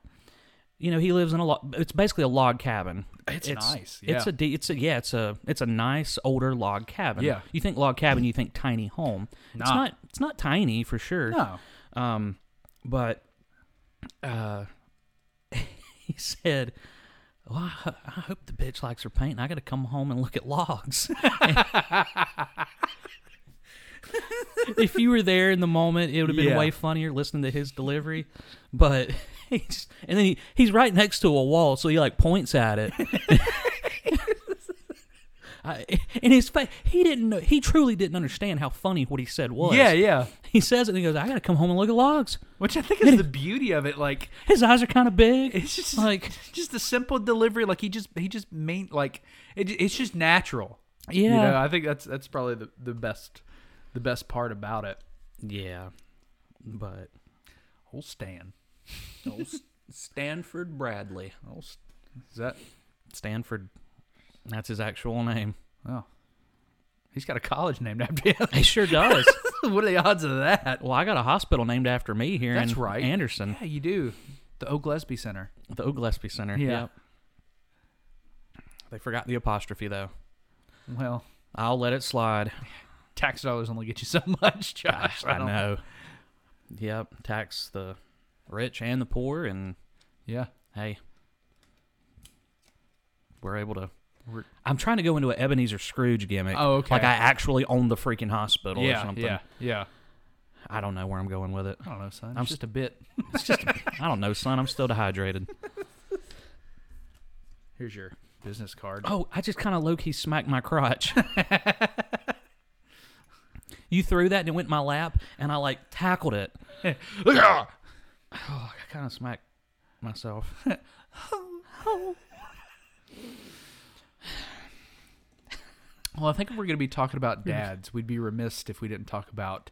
S1: You know, he lives in a log. It's basically a log cabin.
S2: It's nice,
S1: It's
S2: yeah.
S1: a. de- It's a. Yeah. It's a. It's a nice older log cabin.
S2: Yeah.
S1: You think log cabin, you think tiny home. It's
S2: Nah.
S1: not. It's not tiny for sure.
S2: No.
S1: but uh he said Well, I, ho- I hope the bitch likes her paint. I got to come home and look at logs. if you were there in the moment, it would have been
S2: Yeah.
S1: way funnier listening to his delivery. But he's and then he, he's right next to a wall, so he like points at it. I, in his face, he didn't. Know, he truly didn't understand how funny what he said was.
S2: Yeah, yeah.
S1: He says it and he goes, "I got to come home and look at logs."
S2: Which I think is the beauty of it. Like
S1: His eyes are kind of big.
S2: it's just
S1: like
S2: just the simple delivery. Like he just he just main like it, it's just natural.
S1: yeah,
S2: You know, I think that's that's probably the, the best the best part about it.
S1: yeah. But
S2: Old Stan.
S1: old Stanford Bradley.
S2: Old S- is that
S1: Stanford. That's his actual name.
S2: oh. He's got a college named after him.
S1: He sure does.
S2: what are the odds of that?
S1: well, I got a hospital named after me here
S2: That's
S1: in
S2: right.
S1: Anderson,
S2: Yeah, you do. The O'Glesby Center.
S1: the O'Gillespie Center.
S2: Yeah.
S1: Yep. They forgot the apostrophe though.
S2: Well,
S1: I'll let it slide.
S2: tax dollars only get you so much, Josh.
S1: I
S2: don't-
S1: know. Yep, tax the rich and the poor, and
S2: Yeah.
S1: hey, we're able to.
S2: We're-
S1: I'm trying to go into an Ebenezer Scrooge gimmick.
S2: Oh, okay.
S1: Like I actually own the freaking hospital or
S2: Yeah,
S1: something.
S2: yeah, yeah.
S1: I don't know where I'm going with it.
S2: I don't know, son.
S1: I'm
S2: It's just a bit.
S1: It's just, I don't know, son. I'm still dehydrated.
S2: Here's your business card.
S1: Oh, I just kind of low key smacked my crotch. you threw that and it went in my lap, and I like tackled it.
S2: Oh.
S1: I kind of smacked myself.
S2: Well, I think if we're going to be talking about dads, we'd be remiss if we didn't talk about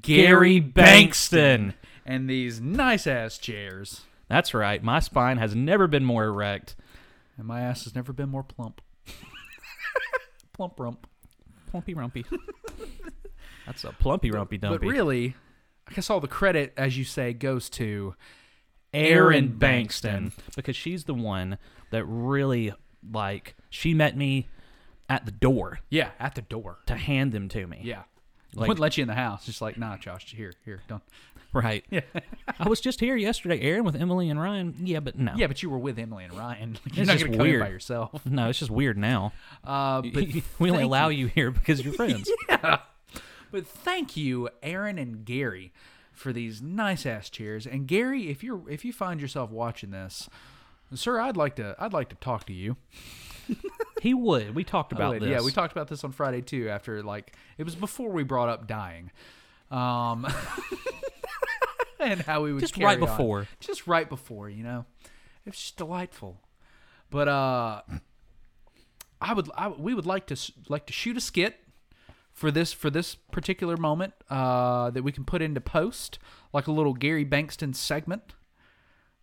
S1: Gary Bankston.
S2: and these nice ass chairs.
S1: That's right. My spine has never been more erect.
S2: And my ass has never been more plump. plump rump.
S1: Plumpy rumpy. That's a plumpy rumpy dumpy.
S2: But really, I guess all the credit, as you say, goes to
S1: Erin Bankston because she's the one that really like she met me at the door
S2: Yeah, at the door.
S1: to hand them to me.
S2: Yeah.
S1: Like-
S2: Wouldn't let you in the house. Just like, nah, Josh, here, here, done.
S1: Right. Yeah. I was just here yesterday, Aaron, with Emily and Ryan. Yeah, but no.
S2: Yeah, but you were with Emily and Ryan. You're
S1: It's
S2: not
S1: just
S2: going to come in
S1: weird.
S2: by yourself.
S1: No, it's just weird now.
S2: Uh, but
S1: we only
S2: thank
S1: allow
S2: you.
S1: you. here because you're friends.
S2: But thank you, Aaron and Gary, for these nice ass chairs. And Gary, if you're if you find yourself watching this, sir, I'd like to I'd like to talk to you.
S1: He would. We talked about
S2: Wait,
S1: this.
S2: Oh, Yeah, we talked about this on Friday too. After like it was before we brought up dying, um, and how we would
S1: Just
S2: carry
S1: right
S2: on.
S1: before.
S2: just right before. You know, it was just delightful. But uh, I would I, we would like to s- like to shoot a skit for this for this particular moment uh, that we can put into post like a little Gary Bankston segment.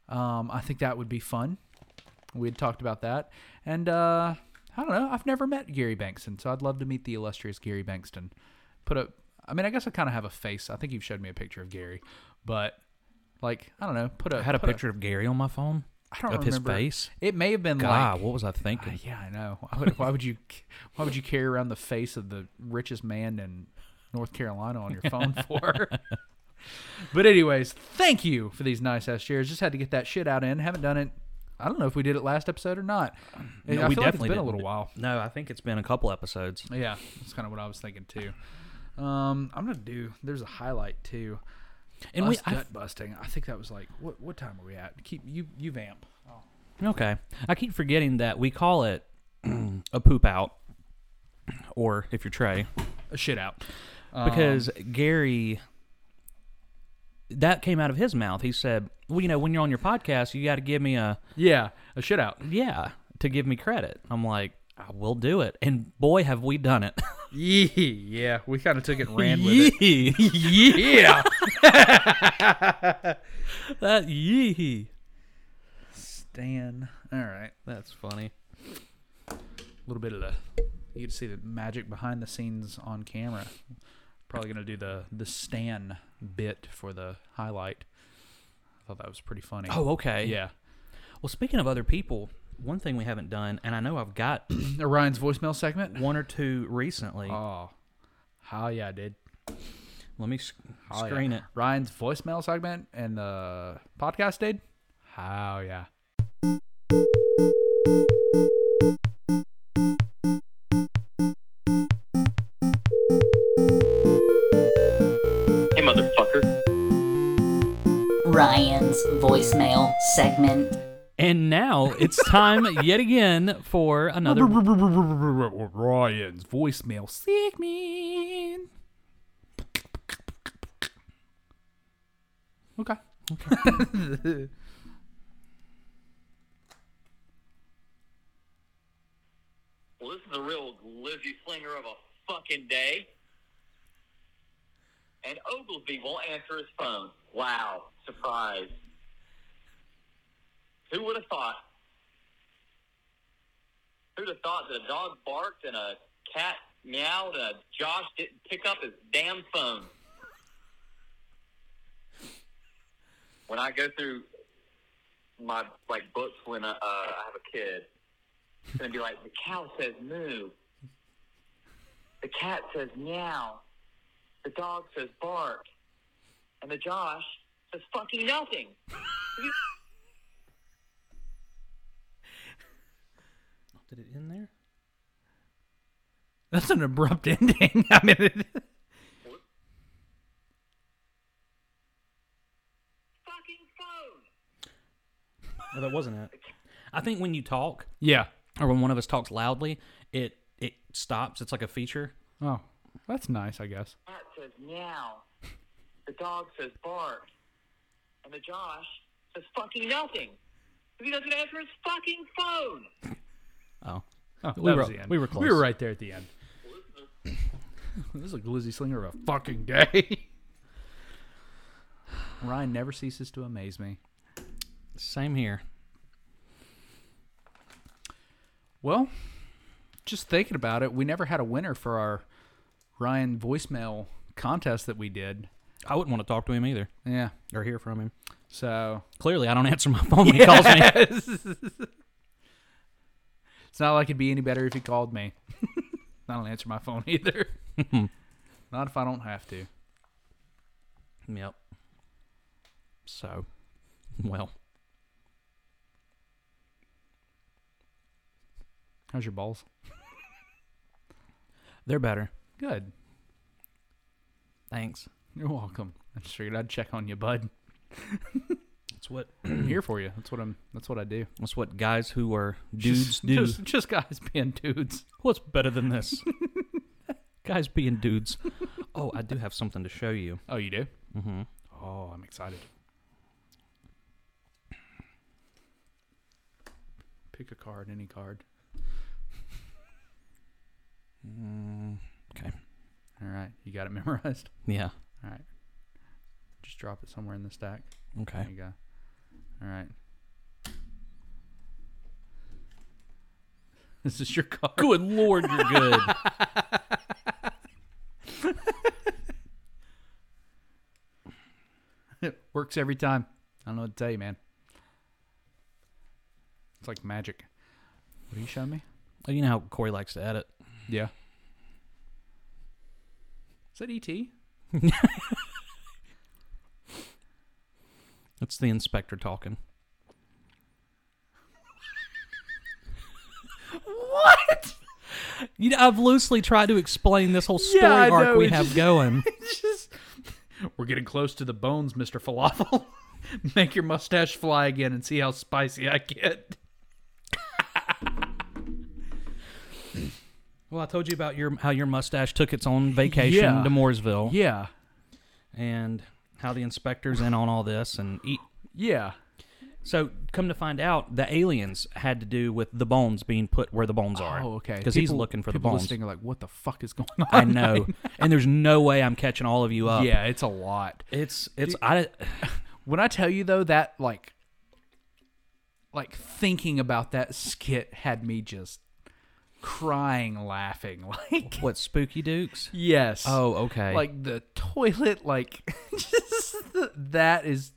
S2: Um, I think that would be fun. We had talked about that, and uh, I don't know. I've never met Gary Bankston, so I'd love to meet the illustrious Gary Bankston. Put a, I mean, I guess I kind of have a face. I think you've showed me a picture of Gary, but like I don't know. Put a
S1: I had a
S2: put
S1: picture of Gary on my phone.
S2: I don't
S1: of
S2: remember.
S1: his face.
S2: It may have been
S1: God,
S2: like
S1: what was I thinking?
S2: yeah, I know. Why would, why would you? Why would you carry around the face of the richest man in North Carolina on your phone for? but anyways, thank you for these nice ass chairs. Just had to get that shit out in. Haven't done it. I don't know if we did it last episode or not.
S1: No,
S2: I
S1: we
S2: feel like it's
S1: definitely
S2: been a
S1: didn't.
S2: little while.
S1: No, I think it's been a couple episodes.
S2: Yeah, that's kind of what I was thinking too. Um, I'm gonna do. There's a highlight too.
S1: And
S2: Us
S1: we, I
S2: gut busting. I think that was like what? What time are we at? Keep you you vamp.
S1: Okay. I keep forgetting that we call it a poop out, or if you're Trey,
S2: A shit out. Um.
S1: because Gary, that came out of his mouth. He said, Well, you know, when you're on your podcast, you got to give me a,
S2: Yeah, a shit out.
S1: yeah, to give me credit. I'm like, I will do it. And boy, have we done it.
S2: Yeah, yeah. We kind of took it and ran with it.
S1: Yee.
S2: Yeah.
S1: that yee.
S2: Stan. All right.
S1: That's funny.
S2: A little bit of the. You get to see the magic behind the scenes on camera. Probably gonna do the the Stan bit for the highlight. I thought that was pretty funny.
S1: Oh, okay.
S2: yeah.
S1: Well, speaking of other people, one thing we haven't done, and I know I've got
S2: Orion's voicemail segment.
S1: one or two recently.
S2: Oh, how yeah, dude.
S1: Let me sc-
S2: Hell
S1: screen
S2: oh, yeah.
S1: it.
S2: Ryan's voicemail segment and the podcast, dude. How yeah.
S7: Hey, motherfucker.
S8: Ryan's voicemail segment.
S1: And now it's time yet again for another.
S2: Ryan's voicemail segment. Okay.
S7: Well, this is a real Lizzie Slinger of a fucking day. And Oglesby won't answer his phone. Wow. Surprise. Who would have thought? Who'd have thought that a dog barked and a cat meowed and a Josh didn't pick up his damn phone? When I go through my like books when uh, uh, I have a kid, it's gonna be like the cow says moo, the cat says meow, the dog says bark, and the Josh says fucking nothing.
S1: Did it end there?
S2: That's an abrupt ending. I mean, it,
S7: fucking phone.
S1: No, that wasn't it. I think when you talk,
S2: yeah.
S1: or when one of us talks loudly, it it stops. It's like a feature.
S2: Oh, that's nice, I guess.
S7: cat says meow, the dog says bark, and the Josh says fucking nothing. If he doesn't answer his fucking phone.
S1: Oh,
S2: Oh,
S1: We
S2: that
S1: were-
S2: was the end.
S1: we were
S2: We
S1: close.
S2: were right there at the end. this is a Glizzy Slinger of a fucking day. Ryan never ceases to amaze me.
S1: same here.
S2: Well, just thinking about it, we never had a winner for our Ryan voicemail contest that we did.
S1: I wouldn't want to talk to him either
S2: Yeah.
S1: or hear from him.
S2: So
S1: Clearly, I don't answer my phone when he calls me.
S2: it's not like it'd be any better if he called me. I don't answer my phone either. not if I don't have to.
S1: Yep. So, well,
S2: How's your balls?
S1: they're better.
S2: Good.
S1: Thanks.
S2: You're welcome. I just figured I'd check on you, bud.
S1: That's what
S2: I'm here for you. That's what I'm. That's what I do.
S1: that's what guys who are dudes
S2: just,
S1: do.
S2: Just, just guys being dudes.
S1: What's better than this? guys being dudes. Oh, I do have something to show you.
S2: Oh, you do? Mm-hmm. Oh, I'm excited. Pick a card, any card.
S1: Okay.
S2: All right, you got it memorized.
S1: Yeah.
S2: All right, just drop it somewhere in the stack.
S1: Okay.
S2: There you go. All right. This is your card.
S1: Good lord, you're good.
S2: It works every time. I don't know what to tell you, man. It's like magic. What are you showing me?
S1: you know how Corey likes to edit.
S2: Yeah. Is that E ET?
S1: It's the inspector talking. what? You know, I've loosely tried to explain this whole story
S2: I
S1: arc
S2: know,
S1: we
S2: it
S1: have
S2: just-
S1: going.
S2: just we're getting close to the bones mr falafel make your mustache fly again and see how spicy i get
S1: Well, I told you about your how your mustache took its own vacation
S2: Yeah.
S1: to Mooresville,
S2: yeah
S1: and how the inspector's in on all this, and eat.
S2: yeah
S1: So, come to find out, the aliens had to do with the bones being put where the bones are.
S2: oh okay
S1: Because he's
S2: People-
S1: looking for the
S2: people
S1: bones.
S2: listening are like what the fuck is going on
S1: I know, and there's no way I'm catching all of you up.
S2: yeah it's a lot
S1: it's it's I.
S2: when i tell you though that like like thinking about that skit had me just crying laughing like
S1: What spooky dukes?
S2: yes
S1: Oh, okay.
S2: like the toilet like just the, that is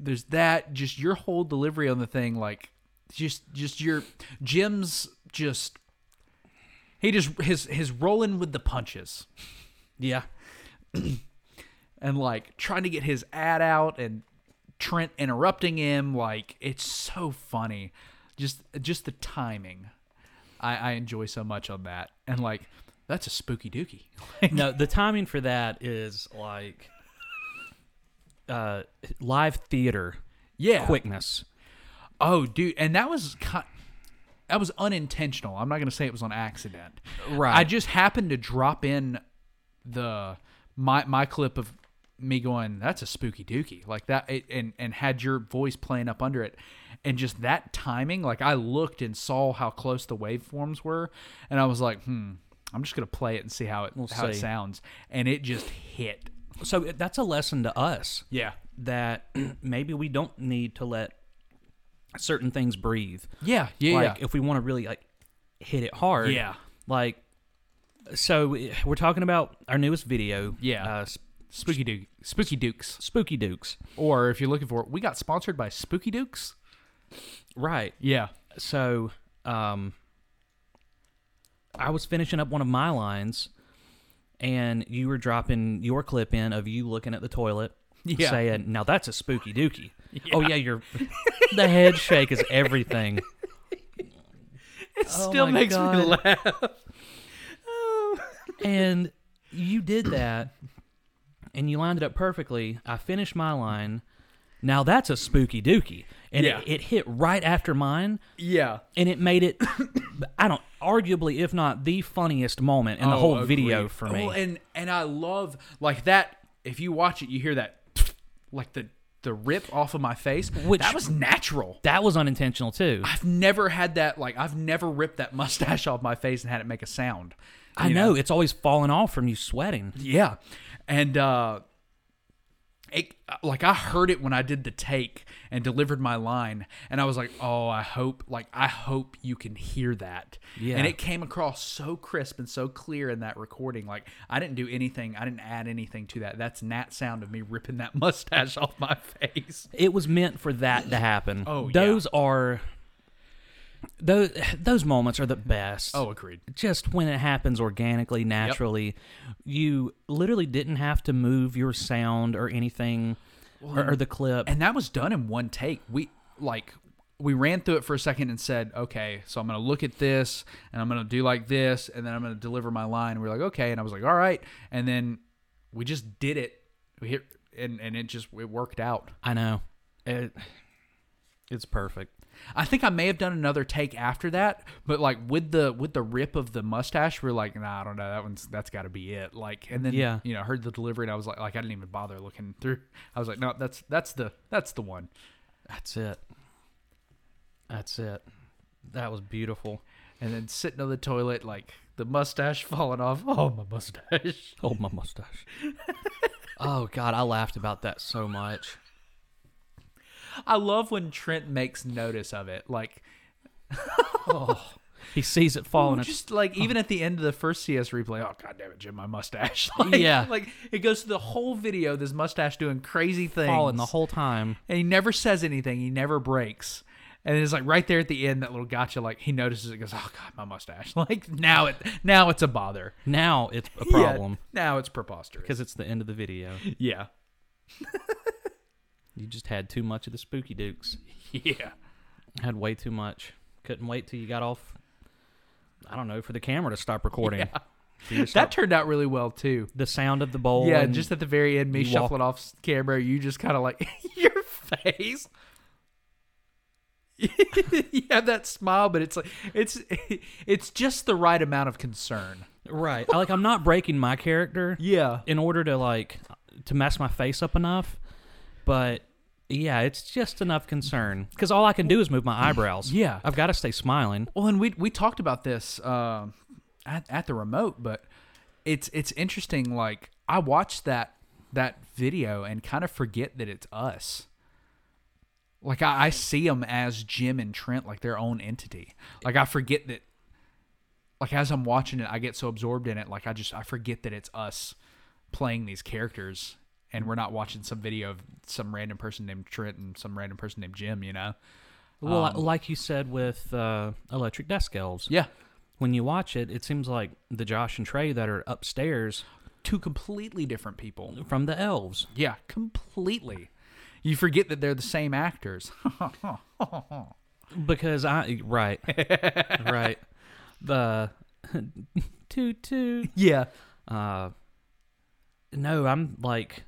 S2: there's that just your whole delivery on the thing like just just your jim's just he just his his rolling with the punches
S1: yeah,
S2: and like trying to get his ad out and trent interrupting him like it's so funny just just the timing. I, I enjoy so much on that, and like that's a spooky dookie.
S1: no, the timing for that is like uh, live theater
S2: yeah,
S1: quickness.
S2: Oh, dude, and that was ki- that was unintentional. I'm not gonna say it was on accident.
S1: Right.
S2: I just happened to drop in the my my clip of me going, "That's a spooky dookie," like that, it, and and had your voice playing up under it, and just that timing. Like I looked and saw how close the waveforms were, and I was like, "Hmm, I'm just gonna play it and see how it how it
S1: see.
S2: sounds," and it just hit.
S1: So that's a lesson to us
S2: Yeah.
S1: that maybe we don't need to let certain things breathe.
S2: Yeah. Yeah.
S1: like
S2: yeah.
S1: if we want to really like hit it hard.
S2: Yeah.
S1: Like so eh, we're talking about our newest video.
S2: Yeah.
S1: Uh, Sp-
S2: Spooky Duke, Spooky Dukes.
S1: Spooky Dukes.
S2: Or if you're looking for it, we got sponsored by Spooky Dukes.
S1: Right.
S2: Yeah.
S1: So um I was finishing up one of my lines and you were dropping your clip in of you looking at the toilet
S2: Yeah.
S1: saying, Now that's a spooky dookie. Oh yeah, your the head shake is everything.
S2: It
S1: still Oh my makes me God.
S2: laugh.
S1: and you did that and you lined it up perfectly i finished my line now that's a spooky dookie and
S2: Yeah.
S1: it, it hit right after mine
S2: Yeah.
S1: and it made it i don't arguably if not the funniest moment in the whole video for me
S2: Oh, Well, and and I love like that if you watch it you hear that like the the rip off of my face.
S1: Which-
S2: that was natural.
S1: that was unintentional too
S2: I've never had that like I've never ripped that mustache off my face and had it make a sound.
S1: i
S2: You
S1: know, it's always falling off from you sweating
S2: Yeah, and uh, it like I heard it when I did the take and delivered my line, and I was like, "Oh, I hope like I hope you can hear that."
S1: Yeah.
S2: and it came across so crisp and so clear in that recording. Like I didn't do anything, I didn't add anything to that. That's Nat sound of me ripping that mustache off my face.
S1: it was meant for that to happen
S2: Oh, yeah.
S1: those are those those moments are the
S2: Oh,
S1: best
S2: agreed.
S1: just when it happens organically, naturally, you literally didn't have to move your sound or anything or, or the clip.
S2: and that was done in one take we like we ran through it for a second and said okay so i'm gonna look at this and i'm gonna do like this and then i'm gonna deliver my line we are like okay and i was like all right and then we just did it we hit and, and it just it worked out
S1: I know. It, it's perfect.
S2: i think i may have done another take after that but like with the with the rip of the mustache we are like nah i don't know that one's that's gotta be it like and then
S1: Yeah.
S2: you know I heard the delivery and i was like like i didn't even bother looking through i was like no that's that's the that's the one
S1: That's it. That's it. That was beautiful.
S2: and then sitting on the toilet, like the mustache falling off. Oh, my mustache.
S1: Oh, my mustache. oh, God. I laughed about that so much.
S2: I love when Trent makes notice of it. Like,
S1: He sees it
S2: Oh,
S1: falling. and
S2: just like even at the end of the first CS replay, oh, god damn it, Jim, my mustache. Like,
S1: Yeah.
S2: Like, it goes through the whole video, this mustache doing crazy things.
S1: falling the whole time.
S2: And he never says anything, he never breaks. And it's like right there at the end, that little gotcha. Like he notices it, goes, "Oh God, my mustache!" Like now it, now it's a bother.
S1: Now it's a
S2: Yeah,
S1: problem
S2: now it's preposterous.
S1: because it's the end of the video.
S2: yeah,
S1: You just had too much of the spooky dukes.
S2: yeah.
S1: had way too much. Couldn't wait till you got off. I don't know for the camera to stop recording. For you to
S2: That
S1: stop-
S2: turned out really well too.
S1: the sound of the bowl.
S2: Yeah,
S1: and-
S2: just at the very end, me
S1: you walk-
S2: shuffling off camera, you just kind of like your face. you have that smile, but it's like it's it's just the right amount of concern.
S1: right. I- like I'm not breaking my character
S2: Yeah,
S1: in order to like to mess my face up enough, but yeah, it's just enough concern because all I can do is move my eyebrows.
S2: Yeah.
S1: I've got to stay smiling.
S2: Well, and we we talked about this um at, at the remote, but it's it's interesting. Like I watched that that video and kind of forget that it's us. Like I, I see them as Jim and Trent, like their own entity. Like I forget that. Like as I'm watching it, I get so absorbed in it. Like I just I forget that it's us playing these characters, and we're not watching some video of some random person named Trent and some random person named Jim. You know?
S1: Well, I- like you said with uh, Electric Desk Elves,
S2: Um, Yeah.
S1: when you watch it, it seems like the Josh and Trey that are upstairs
S2: Two completely different people.
S1: from the elves.
S2: Yeah, completely. You forget that they're the same actors.
S1: because I right right the toot toot.
S2: Yeah.
S1: Uh, no, I'm like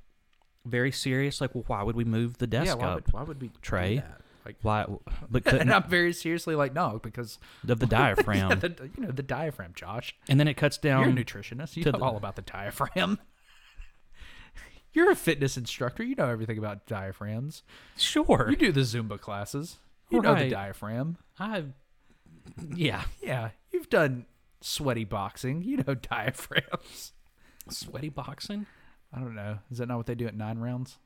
S1: very serious. Like, well, why would we move the desk
S2: why
S1: up?
S2: would, why would we do
S1: Trey.
S2: that? Like,
S1: why? But Um, couldn't,
S2: and I'm very seriously like, no, because
S1: of the diaphragm,
S2: yeah, the, you know the diaphragm, Josh.
S1: and then it cuts
S2: You're a
S1: down.
S2: nutritionist. You
S1: um, to
S2: know
S1: the-
S2: all about the diaphragm. You're a fitness instructor. You know everything about diaphragms.
S1: sure,
S2: You do the Zumba classes. You know the
S1: Right.
S2: diaphragm.
S1: I. Yeah,
S2: Yeah, you've done sweaty boxing. You know diaphragms.
S1: sweaty boxing.
S2: I don't know. Is that not what they do at nine rounds?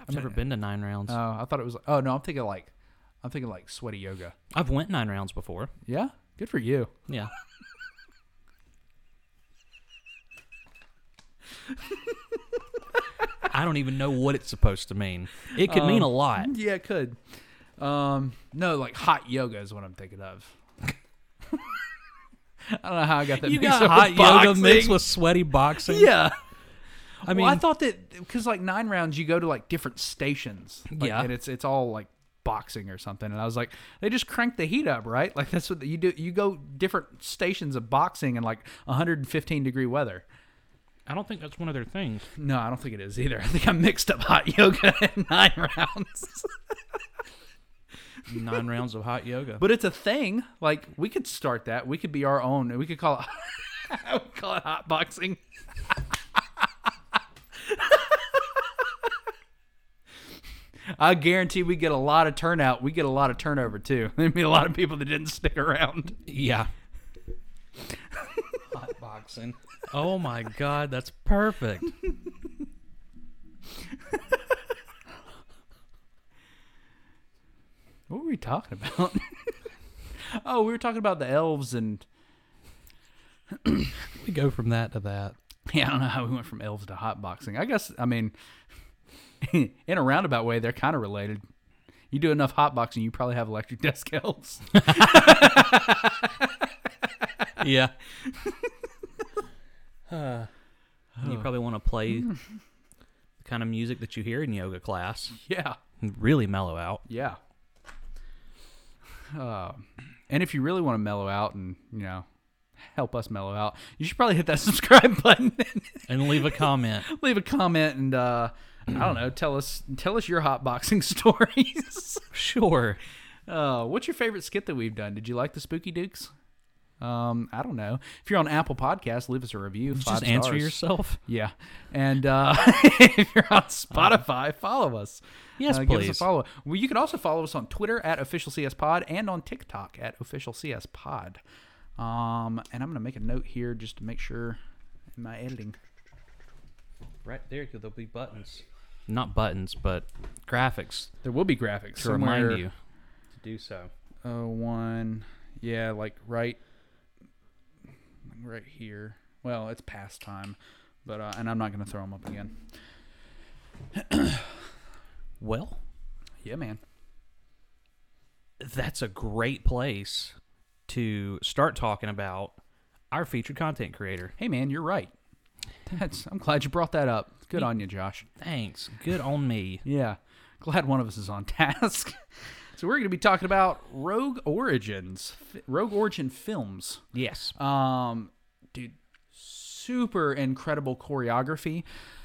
S1: I've never been to nine rounds.
S2: Oh, I thought it was. Oh no, I'm thinking like, I'm thinking like sweaty yoga.
S1: I've went nine rounds before.
S2: Yeah, good for you.
S1: Yeah. I don't even know what it's supposed to mean. It could mean a
S2: Um,
S1: lot.
S2: Yeah, it could. Um, no, like hot yoga is what I'm thinking of. I don't know how I got that.
S1: You
S2: mixed
S1: got
S2: up
S1: hot
S2: with
S1: yoga
S2: boxing.
S1: mixed with sweaty boxing.
S2: Yeah.
S1: I
S2: I
S1: mean,
S2: mean, I thought that because like nine rounds, you go to like different stations. like,
S1: Yeah.
S2: and it's it's all like boxing or something. And I was like, they just crank the heat up, right? Like that's what you do. You go different stations of boxing in like 115 degree weather.
S1: I don't think that's one of their things.
S2: No, I don't think it is either. I think I mixed up hot yoga and nine rounds.
S1: Nine rounds of hot yoga.
S2: But it's a thing. Like we could start that. We could be our own. and We could call it. I would call it hot boxing. I guarantee we get a lot of turnout. We get a lot of turnover too. There'd be a lot of people that didn't stick around.
S1: yeah. hot boxing. Oh my god, that's perfect.
S2: What were we talking about? oh, we were talking about the elves and
S1: We go from that to that.
S2: yeah, I don't know how we went from elves to hot boxing. I guess I mean, in a roundabout way, they're kind of related. You do enough hot boxing, you probably have electric desk elves.
S1: Yeah. You probably want to play the kind of music that you hear in yoga class.
S2: yeah.
S1: and Really mellow out.
S2: Yeah. Uh, and if you really want to mellow out and, you know, help us mellow out, you should probably hit that subscribe button and
S1: And leave a comment.
S2: leave a comment and uh I don't know, tell us tell us your hot boxing stories.
S1: sure.
S2: uh what's your favorite skit that we've done? Did you like the Spooky Dukes? Um, I don't know. If you're on Apple Podcasts, leave us a review. Five
S1: Just answer
S2: stars.
S1: yourself.
S2: Yeah. And uh, if you're on Spotify, follow us.
S1: Yes,
S2: Uh, give us a
S1: please.
S2: follow. Well, you can also follow us on Twitter at official CS Pod and on TikTok at official CS Pod. Um, and I'm gonna make a note here just to make sure in my editing.
S1: Right there, there'll be buttons. Not buttons, but graphics
S2: There will be graphics
S1: to remind you to do so.
S2: Oh, one. Yeah, like right, like right here. Well, it's past time, but uh, and I'm not gonna throw them up again.
S1: Well,
S2: Yeah, man.
S1: that's a great place to start talking about our featured content creator.
S2: Hey, man, you're right. That's. I'm glad you brought that up. Good on you, Josh.
S1: Thanks. Good on me.
S2: Yeah. Glad one of us is on task. so we're going to be talking about Rogue Origins, F- Rogue Origin films.
S1: Yes.
S2: Um, dude, super incredible choreography.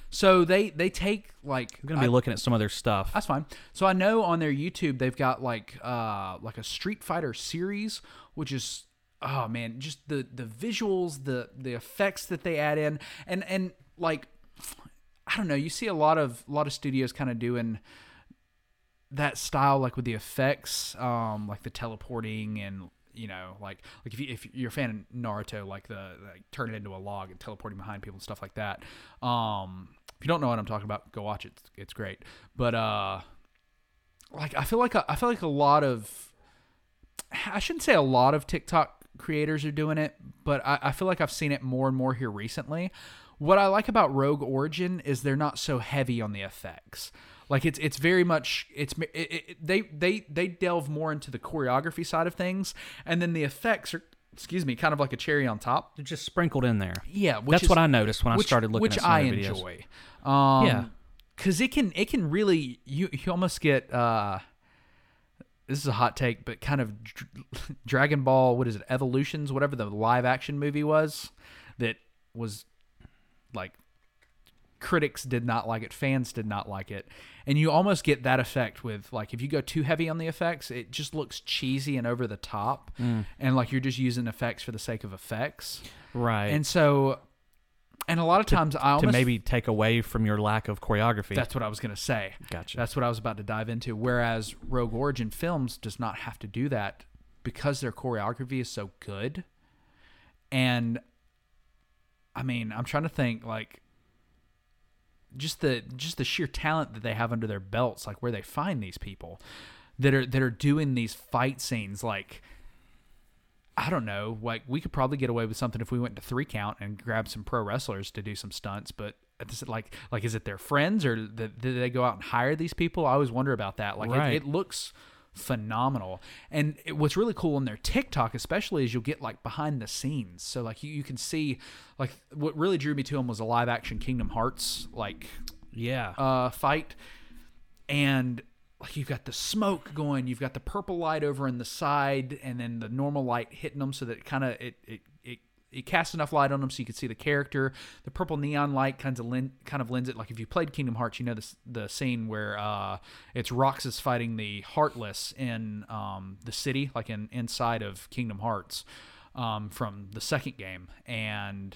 S2: So they they take like
S1: I'm going to be looking at some other stuff.
S2: that's fine. So I know on their YouTube they've got like uh like a Street Fighter series, which is oh man, just the the visuals, the the effects that they add in, and and like I don't know, you see a lot of a lot of studios kind of doing that style like with the effects, um like the teleporting and you know like like if, you, if you're a fan of Naruto, like the like turning into a log and teleporting behind people and stuff like that. Um, if you don't know what I'm talking about, go watch it. It's, it's great. But uh, like I feel like a, I feel like a lot of I shouldn't say a lot of TikTok creators are doing it, but I, I feel like I've seen it more and more here recently. What I like about Rogue Origin is they're not so heavy on the effects. Like it's it's very much it's it, it, it- they they they delve more into the choreography side of things, and then the effects are excuse me kind of like a cherry on top.
S1: They're just sprinkled in there.
S2: Yeah, which
S1: That's
S2: is-
S1: what I noticed when I started looking
S2: which
S1: at some
S2: I
S1: of their videos.
S2: enjoy. Um,
S1: Yeah.
S2: because it can it can really you you almost get uh this is a hot take, but kind of dr- Dragon Ball, what is it, Evolutions, whatever the live action movie was that was like critics did not like it, fans did not like it. And you almost get that effect with like if you go too heavy on the effects, it just looks cheesy and over the top
S1: Mm.
S2: and like you're just using effects for the sake of effects.
S1: right?
S2: And so and a lot of times I almost
S1: to maybe take away from your lack of choreography.
S2: that's what I was going to say.
S1: Gotcha.
S2: That's what I was about to dive into. Whereas Rogue Origin Films does not have to do that because their choreography is so good. And I mean, I'm trying to think like just the just the sheer talent that they have under their belts, like where they find these people that are that are doing these fight scenes like I don't know. Like we could probably get away with something if we went to three count and grabbed some pro wrestlers to do some stunts. But is it like like is it their friends or th did they go out and hire these people? I always wonder about that. Like
S1: Right.
S2: it, it looks phenomenal. And it, what's really cool on their TikTok, especially, is you'll get like behind the scenes. So like you, you can see like what really drew me to them was a live action Kingdom Hearts like
S1: yeah.
S2: uh, fight, and like you've got the smoke going, you've got the purple light over in the side, and then the normal light hitting them, so that it kind of it it. it it casts enough light on them so you can see the character. The purple neon light kind of lend, kind of lends it. Like if you played Kingdom Hearts, you know this, the scene where uh, it's Roxas fighting the Heartless in um, the city, like in inside of Kingdom Hearts um, from the second game. And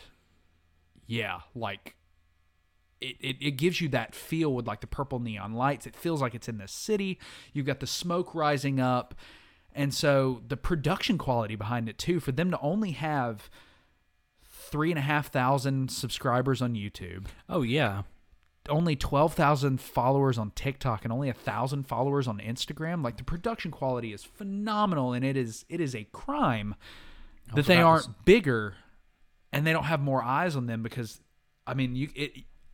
S2: yeah, like it, it, it gives you that feel with like the purple neon lights. It feels like it's in the city. You've got the smoke rising up. And so the production quality behind it too, for them to only have three and a half thousand subscribers on YouTube,
S1: oh yeah.
S2: only twelve thousand followers on TikTok, and only a thousand followers on Instagram, like the production quality is phenomenal and it is it is a crime that they
S1: that
S2: aren't
S1: was-
S2: bigger and they don't have more eyes on them because I mean you it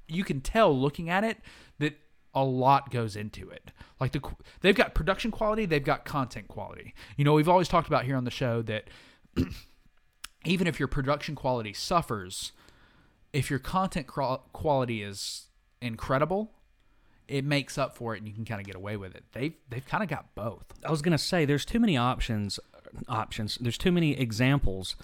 S2: you can tell looking at it that a lot goes into it. Like the qu- they've got production quality, they've got content quality. You know, we've always talked about here on the show that even if your production quality suffers, if your content cro- quality is incredible, it makes up for it and you can kind of get away with it. They've they've kind of got both.
S1: I was gonna say there's too many options. Options. There's too many examples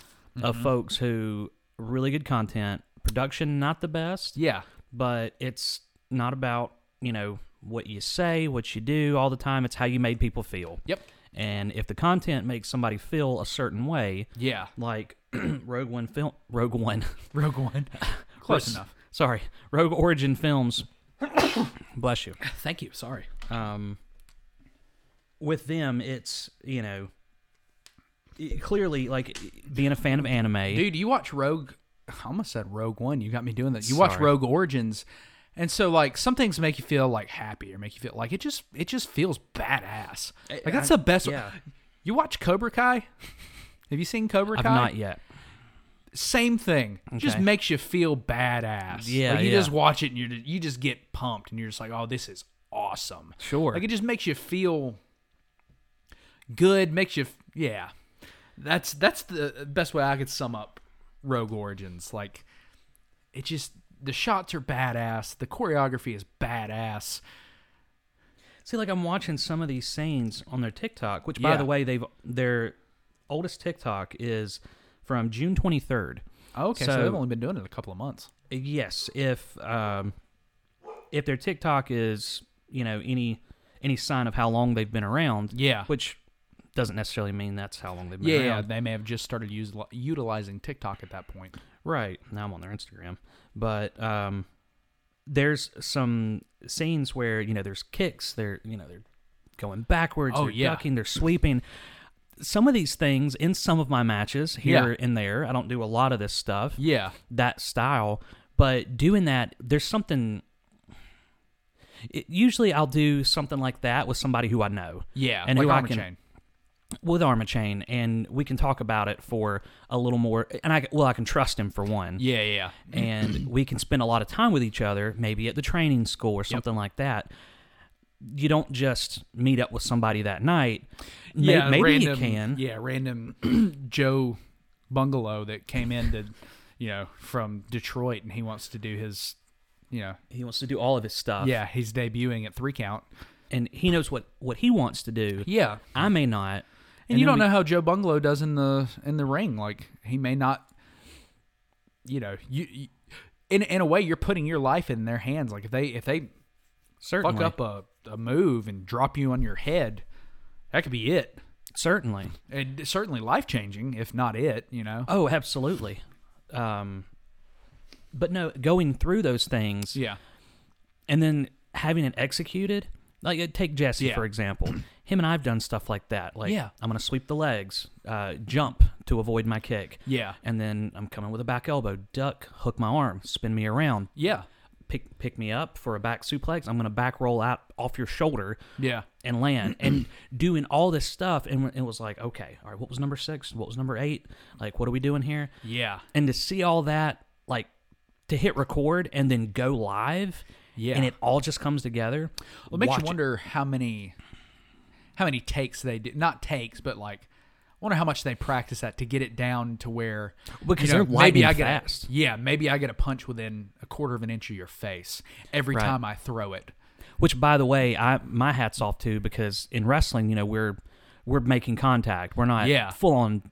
S1: of folks who really good content production not the best.
S2: Yeah.
S1: but it's not about you know what you say what you do all the time it's how you made people feel
S2: Yep.
S1: and if the content makes somebody feel a certain way
S2: Yeah.
S1: like rogue one film rogue one
S2: Rogue One. Close enough.
S1: sorry rogue origin films bless you
S2: Thank you. Sorry.
S1: um, with them it's you know i- clearly like being a fan of anime
S2: Dude, you watch Rogue. I almost said Rogue One. You got me doing that. You watch
S1: Sorry.
S2: Rogue Origins, and so like some things make you feel like happy or make you feel like it just it just feels badass. Like that's the best.
S1: yeah.
S2: You watch Cobra Kai. Have you seen Cobra
S1: i've
S2: Kai?
S1: not yet
S2: Same thing. Just
S1: Okay.
S2: makes you feel badass.
S1: Yeah,
S2: Like you
S1: yeah.
S2: just watch it and you you just get pumped and you're just like, oh, this is awesome.
S1: Sure.
S2: Like it just makes you feel good. Makes you f- yeah. That's that's the best way I could sum up Rogue Origins. Like it just the shots are badass. The choreography is badass.
S1: See, like I'm watching some of these scenes on their TikTok, which by
S2: Yeah.
S1: the way, they've their oldest TikTok is from June 23rd.
S2: Oh, Okay, so,
S1: So-
S2: they've only been doing it a couple of months.
S1: Yes, if um, if their TikTok is you know any any sign of how long they've been around,
S2: Yeah.
S1: which doesn't necessarily mean that's how long they've been
S2: Yeah, yeah,
S1: around.
S2: they may have just started use, utilizing TikTok at that point.
S1: Right. Now I'm on their Instagram. But um there's some scenes where, you know, there's kicks, they're you know, they're going backwards,
S2: Oh,
S1: they're
S2: yeah.
S1: ducking, they're sweeping. Some of these things in some of my matches here
S2: Yeah.
S1: and there. I don't do a lot of this stuff,
S2: Yeah,
S1: that style, but doing that, there's something it, usually I'll do something like that with somebody who I know.
S2: yeah,
S1: And
S2: like
S1: who I
S2: Armor
S1: can-
S2: Chain.
S1: With Arma Chain and we can talk about it for a little more and I well I can trust him for one.
S2: Yeah, yeah,
S1: and we can spend a lot of time with each other, maybe at the training school or something like that. You don't just meet up with somebody that night. May-
S2: yeah.
S1: maybe
S2: random,
S1: you can.
S2: Yeah, random Joe Bungalow that came in to, you know, from Detroit, and he wants to do his, you know,
S1: He wants to do all of his stuff.
S2: yeah, he's debuting at three count.
S1: and he knows what what he wants to do.
S2: Yeah.
S1: I may not.
S2: And, you
S1: then
S2: don't
S1: we-
S2: know how Joe Bungalow does in the in the ring. Like he may not, you know, you, you in in a way you're putting your life in their hands. Like if they if they
S1: certainly
S2: fuck up a, a move and drop you on your head, that could be it.
S1: certainly.
S2: And it's certainly life changing, if not it. You know.
S1: Oh, absolutely. Um, but no, going through those things
S2: Yeah.
S1: and then having it executed. Like uh, take Jesse
S2: Yeah.
S1: for example. Him and I've done stuff like that. Like
S2: Yeah.
S1: I'm gonna sweep the legs, uh, jump to avoid my kick.
S2: Yeah.
S1: And then I'm coming with a back elbow, duck, hook my arm, spin me around,
S2: Yeah.
S1: pick pick me up for a back suplex. I'm gonna back roll out off your shoulder
S2: Yeah.
S1: and land and doing all this stuff and it was like okay all right what was number six what was number eight like what are we doing here
S2: Yeah.
S1: and to see all that like to hit record and then go live
S2: Yeah.
S1: and it all just comes together
S2: Well, it makes
S1: Watch
S2: you wonder how many how many takes they did. Not takes, but like I wonder how much they practice that to get it down to where
S1: Because
S2: you
S1: they're
S2: know, maybe
S1: lightning
S2: I get
S1: fast.
S2: yeah maybe I get a punch within a quarter of an inch of your face every
S1: Right.
S2: time I throw it.
S1: which by the way i my hat's off to because in wrestling you know we're we're making contact we're not
S2: Yeah.
S1: full on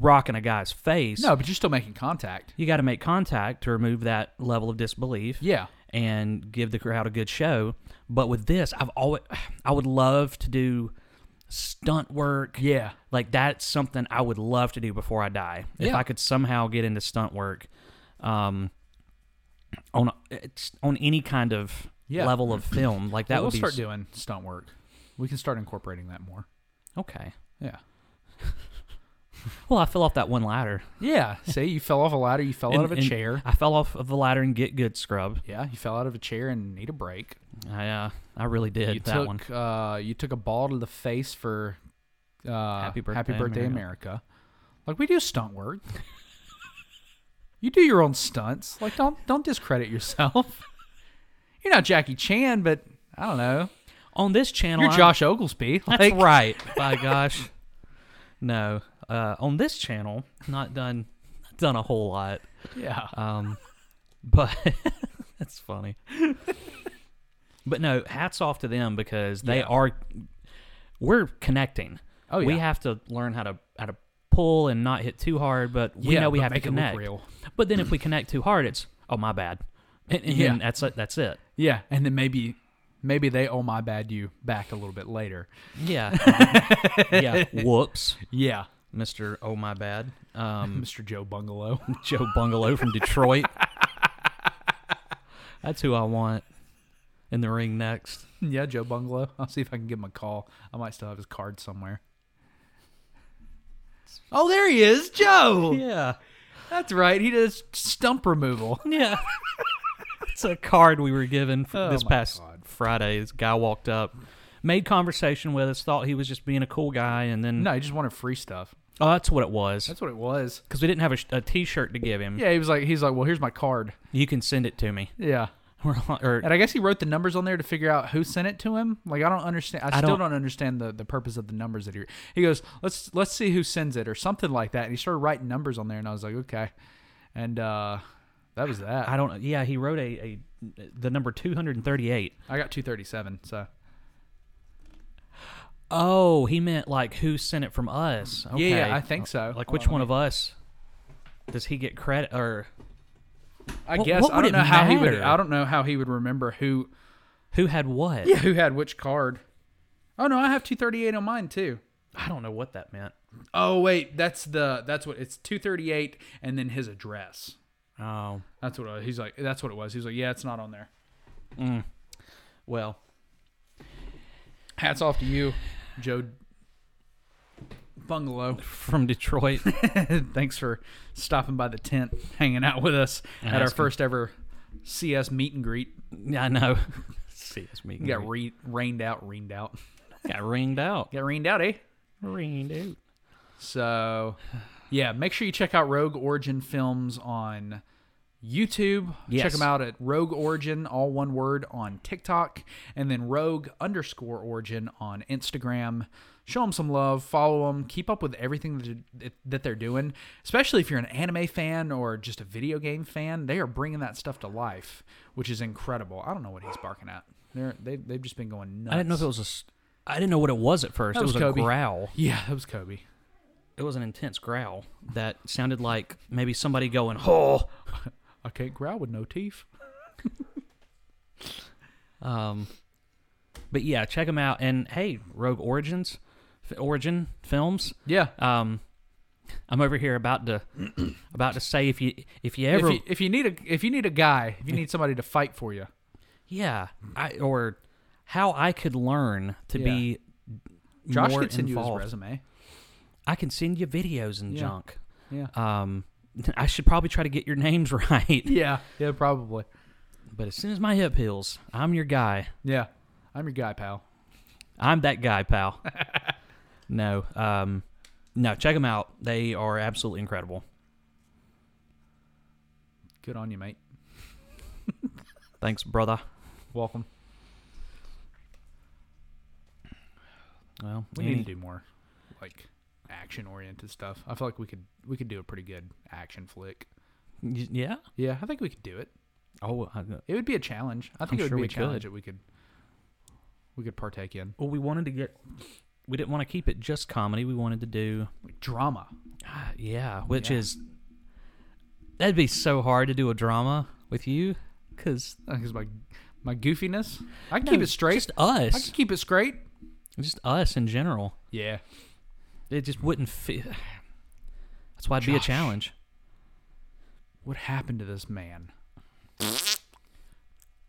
S1: rocking a guy's face
S2: No, but you're still making contact.
S1: you got to make contact to remove that level of disbelief
S2: Yeah.
S1: and give the crowd a good show. But with this, I've always I would love to do stunt work.
S2: Yeah.
S1: Like that's something I would love to do before I die. If
S2: Yeah.
S1: I could somehow get into stunt work um on it's on any kind of
S2: Yeah.
S1: level of film, like that
S2: we'll
S1: would be
S2: start
S1: s-
S2: doing stunt work. We can start incorporating that more.
S1: Okay.
S2: Yeah.
S1: Well, I fell off that one ladder.
S2: Yeah. See, you fell off a ladder. You fell out
S1: And-
S2: of a
S1: and
S2: chair.
S1: I fell off of the ladder and get good scrub.
S2: Yeah, you fell out of a chair and need a break.
S1: I uh, I really did
S2: you
S1: that
S2: took
S1: one.
S2: Uh, you took a ball to the face for uh, Happy
S1: Birthday,
S2: America. Like we do stunt work. you do your own stunts. Like don't don't discredit yourself. You're not Jackie Chan, but I don't know.
S1: On this channel,
S2: You're
S1: I'm-
S2: Josh Oglesby. Like,
S1: That's right. By gosh. No. Uh, on this channel, not done not done a whole lot.
S2: Yeah.
S1: Um, but that's funny. But no, hats off to them because they
S2: Yeah.
S1: are we're connecting.
S2: Oh,
S1: We
S2: yeah.
S1: have to learn how to how to pull and not hit too hard, but we
S2: Yeah,
S1: know we
S2: but
S1: have to
S2: make it look
S1: connect.
S2: real.
S1: But then if we connect too hard, it's oh my bad. And, and
S2: Yeah.
S1: then that's it, that's it.
S2: yeah, and then maybe maybe they oh my bad you back a little bit later.
S1: Yeah. yeah. Whoops.
S2: Yeah.
S1: Mr. Oh my bad. Um
S2: Mr. Joe Bungalow.
S1: Joe Bungalow from Detroit. That's who I want in the ring next.
S2: yeah, Joe Bungalow. I'll see if I can give him a call. I might still have his card somewhere. Oh, there he is, Joe.
S1: Yeah.
S2: That's right. He does stump removal.
S1: Yeah. it's a card we were given f-
S2: Oh
S1: this
S2: my
S1: past
S2: God.
S1: Friday. This guy walked up, made conversation with us, thought he was just being a cool guy, and then
S2: No, he just wanted free stuff.
S1: oh, that's what it was
S2: That's what it was.
S1: because we didn't have a, sh- a T-shirt to give him.
S2: Yeah, he was like, he's like, well, here's my card.
S1: You can send it to me.
S2: Yeah,
S1: We're like- or-
S2: and I guess he wrote the numbers on there to figure out who sent it to him. Like, I don't understand. I, still
S1: don't-
S2: don't, understand the, the purpose of the numbers that he. He goes, let's let's see who sends it or something like that. And he started writing numbers on there, and I was like, okay, and uh, that was that.
S1: I don't. Yeah, he wrote a, a the number two hundred and thirty-eight.
S2: I got two thirty seven. So
S1: Oh, he meant like who sent it from us. Okay.
S2: yeah, I think so. Um,
S1: Like
S2: Hold
S1: which
S2: on,
S1: one of us does he get credit or
S2: I
S1: What-
S2: guess
S1: what
S2: I
S1: would
S2: don't
S1: it
S2: know how he would.
S1: matter?
S2: I don't know how he would remember who
S1: who had what?
S2: yeah, who had which card. Oh no, I have two thirty eight on mine too.
S1: I don't know what that meant.
S2: Oh wait, that's the that's what it's 238 and then his address.
S1: Oh.
S2: That's what it was. he's like. That's what it was. He was like, yeah, it's not on there.
S1: Well,
S2: Hats off to you, Joe Bungalow.
S1: from Detroit.
S2: Thanks for stopping by the tent, hanging out with us at our
S1: that's good.
S2: first ever CS meet and greet.
S1: yeah, I know. See, it's me.
S2: You got re- rained out, rained out,
S1: got ringed out.
S2: got rained out, eh?
S1: ringed out.
S2: So, yeah, make sure you check out Rogue Origin Films on YouTube. Check
S1: Yes.
S2: them out at Rogue Origin, all one word, on TikTok, and then Rogue underscore Origin on Instagram. Show them some love, follow them, keep up with everything that- that- that they're doing. Especially if you're an anime fan or just a video game fan, they are bringing that stuff to life, which is incredible. I don't know what he's barking at. They're, they they've just been going nuts.
S1: I didn't know if it was a. s- I didn't know what it was at first.
S2: That
S1: it
S2: was
S1: was
S2: Kobe.
S1: a growl.
S2: Yeah, that was Kobe.
S1: It was an intense growl that sounded like maybe somebody going, "Oh."
S2: I can't growl with no teeth.
S1: Um, but yeah, check them out. And hey, Rogue Origins, F- Origin Films.
S2: Yeah.
S1: Um, I'm over here about to about to say if you if you
S2: If
S1: ever
S2: you, if you need a if you need a guy, if you need somebody to fight for you,
S1: yeah I or how I could learn to
S2: Yeah.
S1: be
S2: Josh
S1: more
S2: could send you his
S1: involved.
S2: resume.
S1: I can send you videos and
S2: Yeah.
S1: junk.
S2: Yeah.
S1: Um, I should probably try to get your names right.
S2: Yeah. Yeah, probably.
S1: But as soon as my hip heals, I'm your guy.
S2: Yeah. I'm your guy, pal.
S1: I'm that guy, pal. no, um, no, check them out. They are absolutely incredible.
S2: Good on you, mate.
S1: Thanks, brother.
S2: Welcome.
S1: Well,
S2: We
S1: any-
S2: need to do more like action oriented stuff. I feel like we could we could do a pretty good action flick.
S1: y- yeah.
S2: Yeah, I think we could do it.
S1: Oh, I, well,
S2: It would be a challenge. I think
S1: I'm
S2: it would
S1: sure
S2: be
S1: we
S2: a challenge
S1: could.
S2: that we could we could partake in.
S1: we wanted to get. We didn't want to keep it just comedy. We wanted to do,
S2: Like drama.
S1: uh, yeah, which
S2: Yeah.
S1: is that'd be so hard to do a drama with you, because
S2: Because my my goofiness. I can keep it straight.
S1: Just
S2: I
S1: us,
S2: can keep it straight.
S1: just us in general.
S2: Yeah.
S1: It just wouldn't fit. That's why it'd be a
S2: Josh.
S1: challenge.
S2: What happened to this man?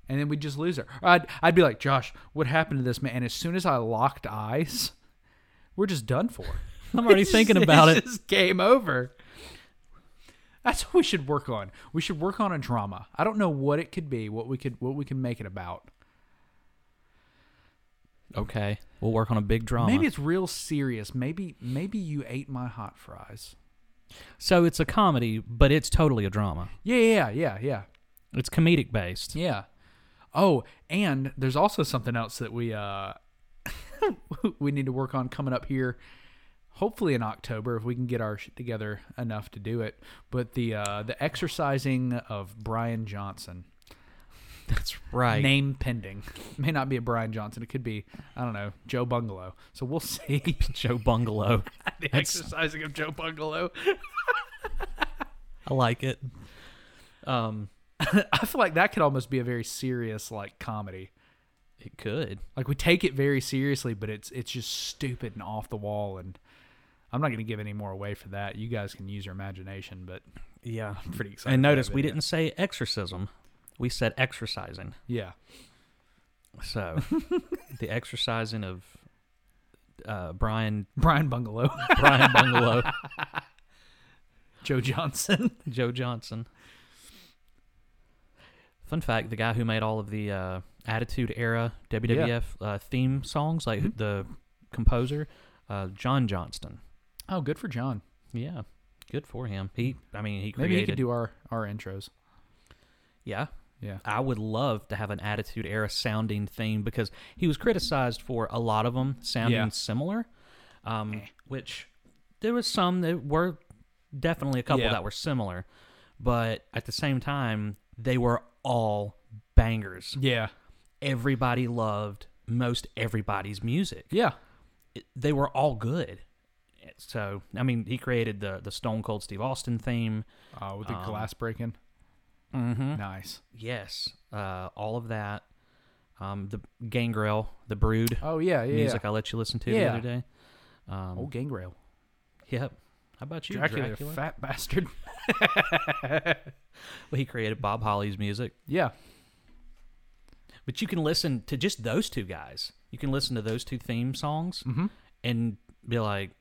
S2: And then we'd just lose her. I'd, I'd be like, Josh, what happened to this man? And as soon as I locked eyes, we're just done for.
S1: I'm already
S2: It's
S1: thinking
S2: just-
S1: about
S2: it's
S1: it.
S2: just game over. That's what we should work on. We should work on a drama. I don't know what it could be, what we could what we can make it about.
S1: Okay, we'll work on a big drama.
S2: Maybe it's real serious. Maybe maybe you ate my hot fries.
S1: So it's a comedy, but it's totally a drama.
S2: Yeah, yeah, yeah, yeah.
S1: It's comedic based.
S2: Yeah. Oh, and there's also something else that we uh we need to work on coming up here. Hopefully in October if we can get our shit together enough to do it. But the uh the exercising of Brian Johnson.
S1: That's right.
S2: Name pending. May not be a Brian Johnson. It could be, I don't know, Joe Bungalow. So we'll see.
S1: Joe Bungalow.
S2: the exercising of Joe Bungalow.
S1: I like it. Um,
S2: I feel like that could almost be a very serious like comedy.
S1: it could.
S2: Like we take it very seriously, but it's it's just stupid and off the wall and I'm not going to give any more away for that. You guys can use your imagination, but
S1: Yeah.
S2: I'm pretty excited.
S1: And
S2: for that
S1: notice we
S2: video.
S1: didn't say exorcism. We said exercising.
S2: Yeah.
S1: So the exercising of uh, Brian
S2: Brian Bungalow,
S1: Brian Bungalow,
S2: Joe Johnson.
S1: Joe Johnson. Fun fact: the guy who made all of the uh, Attitude Era WWF uh, theme songs, like the composer, uh, John Johnston.
S2: Oh, good for John.
S1: Yeah, good for him. He, I mean, he created.
S2: Maybe he could do our our intros.
S1: yeah,
S2: Yeah.
S1: I would love to have an Attitude Era sounding theme because he was criticized for a lot of them sounding
S2: Yeah. Eh.
S1: similar, um, which there was some that were definitely a couple
S2: Yeah.
S1: that were similar, but at the same time they were all bangers.
S2: Yeah.
S1: Everybody loved most everybody's music.
S2: Yeah.
S1: it- they were all good. So I mean, he created the the Stone Cold Steve Austin theme.
S2: Oh, with the glass breaking.
S1: Mm-hmm.
S2: Nice.
S1: Yes, uh, all of that. Um, the Gangrel, the Brood
S2: Oh yeah, yeah.
S1: music
S2: yeah.
S1: I let you listen to
S2: Yeah.
S1: the other day.
S2: Old Gangrel.
S1: Yep. How about you,
S2: Dracula,
S1: Dracula?
S2: the fat bastard.
S1: Well, he created Bob Holly's music,
S2: Yeah.
S1: but you can listen to just those two guys. You can listen to those two theme songs
S2: Mm-hmm.
S1: and be like,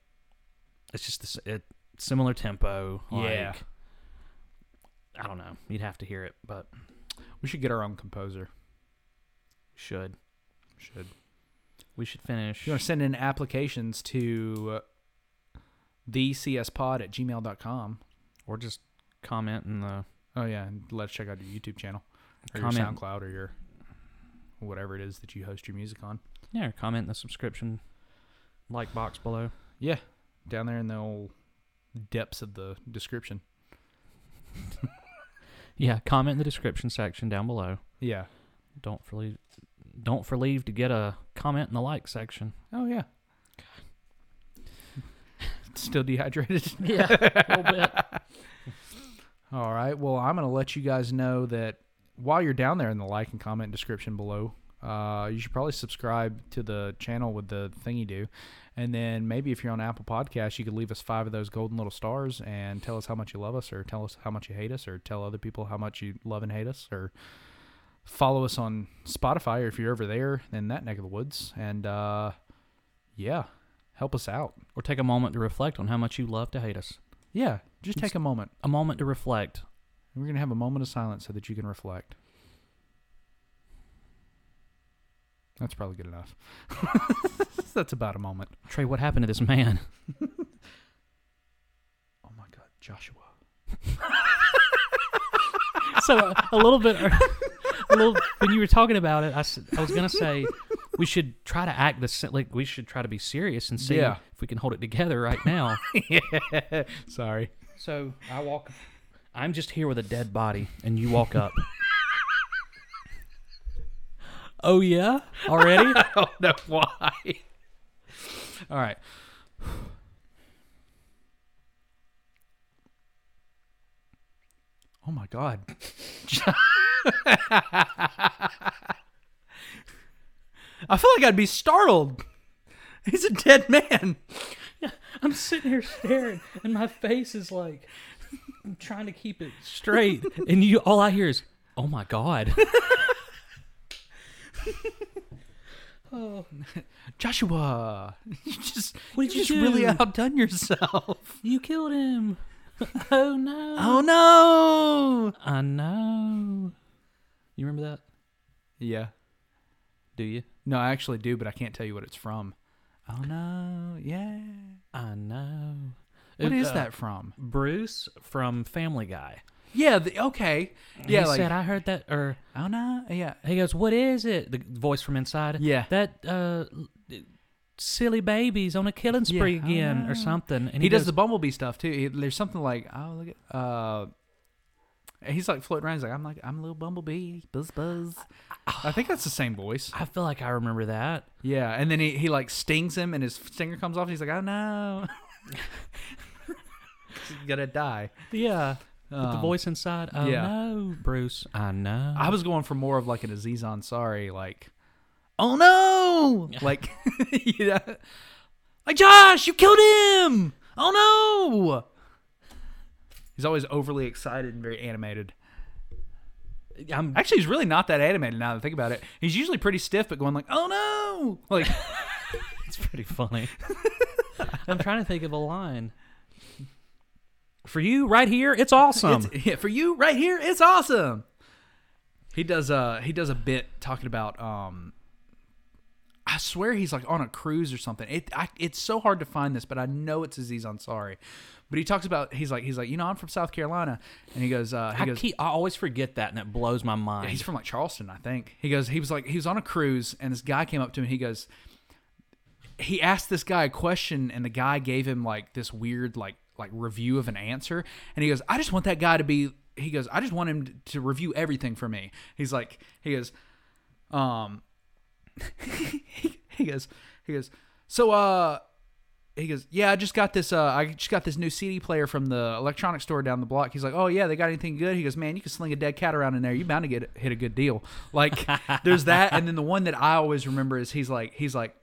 S1: it's just this, it, similar tempo. Like,
S2: Yeah.
S1: I don't know. You'd have to hear it, but you
S2: We should get our own composer.
S1: should.
S2: Should.
S1: We should finish.
S2: You want to send in applications to uh, thecspod at gmail.com.
S1: Or just comment in the.
S2: Oh, yeah. And let's check out your YouTube channel or your
S1: Comment.
S2: SoundCloud or your whatever it is that you host your music on.
S1: Yeah, or comment in the subscription like box below.
S2: Yeah. Down there in the old depths of the description.
S1: Yeah, comment in the description section down below.
S2: Yeah.
S1: Don't really don't forleave to get a comment in the like section.
S2: Oh yeah. Still dehydrated.
S1: Yeah, a little bit.
S2: All right. Well, I'm going to let you guys know that while you're down there in the like and comment description below, uh, you should probably subscribe to the channel with the thing you do. And then maybe if you're on Apple Podcasts, you could leave us five of those golden little stars and tell us how much you love us, or tell us how much you hate us, or tell other people how much you love and hate us, or follow us on Spotify, or if you're over there in that neck of the woods. And uh, yeah, help us out.
S1: Or take a moment to reflect on how much you love to hate us.
S2: Yeah, just take a moment.
S1: A moment to reflect.
S2: We're going to have a moment of silence so that you can reflect. That's probably good enough. That's about a moment.
S1: Trey, what happened to this man?
S2: Oh my God, Joshua.
S1: so uh, a, a little bit, a little. When you were talking about it, I, s- I was gonna say we should try to act the se- like we should try to be serious and see
S2: Yeah.
S1: if we can hold it together right now.
S2: Sorry.
S1: so I walk. I'm just here with a dead body, and you walk up. oh yeah, already?
S2: Oh no, why? All right. Oh my God. I feel like I'd be startled. He's a dead man.
S1: I'm sitting here staring, and my face is like, I'm trying to keep it straight, and you all I hear is, "Oh my god."
S2: Joshua, you just
S1: What'd
S2: you
S1: you
S2: just really
S1: do?
S2: outdone yourself.
S1: You killed him. Oh no.
S2: Oh no.
S1: I know. You remember that?
S2: Yeah.
S1: Do you?
S2: No, I actually do, but I can't tell you what it's from. Oh no. Yeah.
S1: I know.
S2: What
S1: It-
S2: is
S1: uh,
S2: that from?
S1: Bruce from Family Guy.
S2: Yeah. The, okay. Yeah.
S1: he
S2: like,
S1: said, "I heard that," or
S2: oh no. Yeah.
S1: he goes, "What is it?" The voice from inside.
S2: Yeah.
S1: That uh, silly baby's on a killing spree
S2: I
S1: again,
S2: know.
S1: or something. And
S2: He,
S1: he,
S2: does,
S1: goes,
S2: the bumblebee stuff too. He, there's something like oh look at uh. He's like floating around. He's like I'm like I'm a little bumblebee, buzz buzz. I think that's the same voice.
S1: I feel like I remember that.
S2: Yeah, and then he, he like stings him, and his stinger comes off, and he's like, "Oh no, he's gonna die."
S1: Yeah. But the
S2: Um,
S1: voice inside. Oh
S2: yeah.
S1: no, Bruce. I know.
S2: I was going for more of like an Aziz Ansari, like, "Oh no," like, yeah, like Josh, you killed him. Oh no. He's always overly excited and very animated.
S1: I'm.
S2: Actually, he's really not that animated now that I think about it. He's usually pretty stiff, but going like, "Oh no," like,
S1: It's pretty funny. I'm trying to think of a line. For you, right here, it's awesome.
S2: It's, yeah, for you right here, it's awesome. He does a he does a bit talking about um I swear he's like on a cruise or something. It I, it's so hard to find this, but I know it's Aziz Ansari. But he talks about he's like he's like you know I'm from South Carolina, and he goes uh, he
S1: I,
S2: goes
S1: keep, I always forget that, and it blows my mind.
S2: he's from like Charleston, I think. He goes, he was like, he was on a cruise, and this guy came up to him. He goes, he asked this guy a question, and the guy gave him like this weird like like review of an answer, and he goes, I just want that guy to be. He goes, I just want him to review everything for me. He's like, he goes, um, he goes, he goes, so uh he goes, "Yeah, I just got this. Uh, I just got this new CD player from the electronic store down the block." He's like, "Oh yeah, they got anything good?" He goes, "Man, you can sling a dead cat around in there. You bound to get hit a good deal." Like, there's that, and then the one that I always remember is he's like, he's like,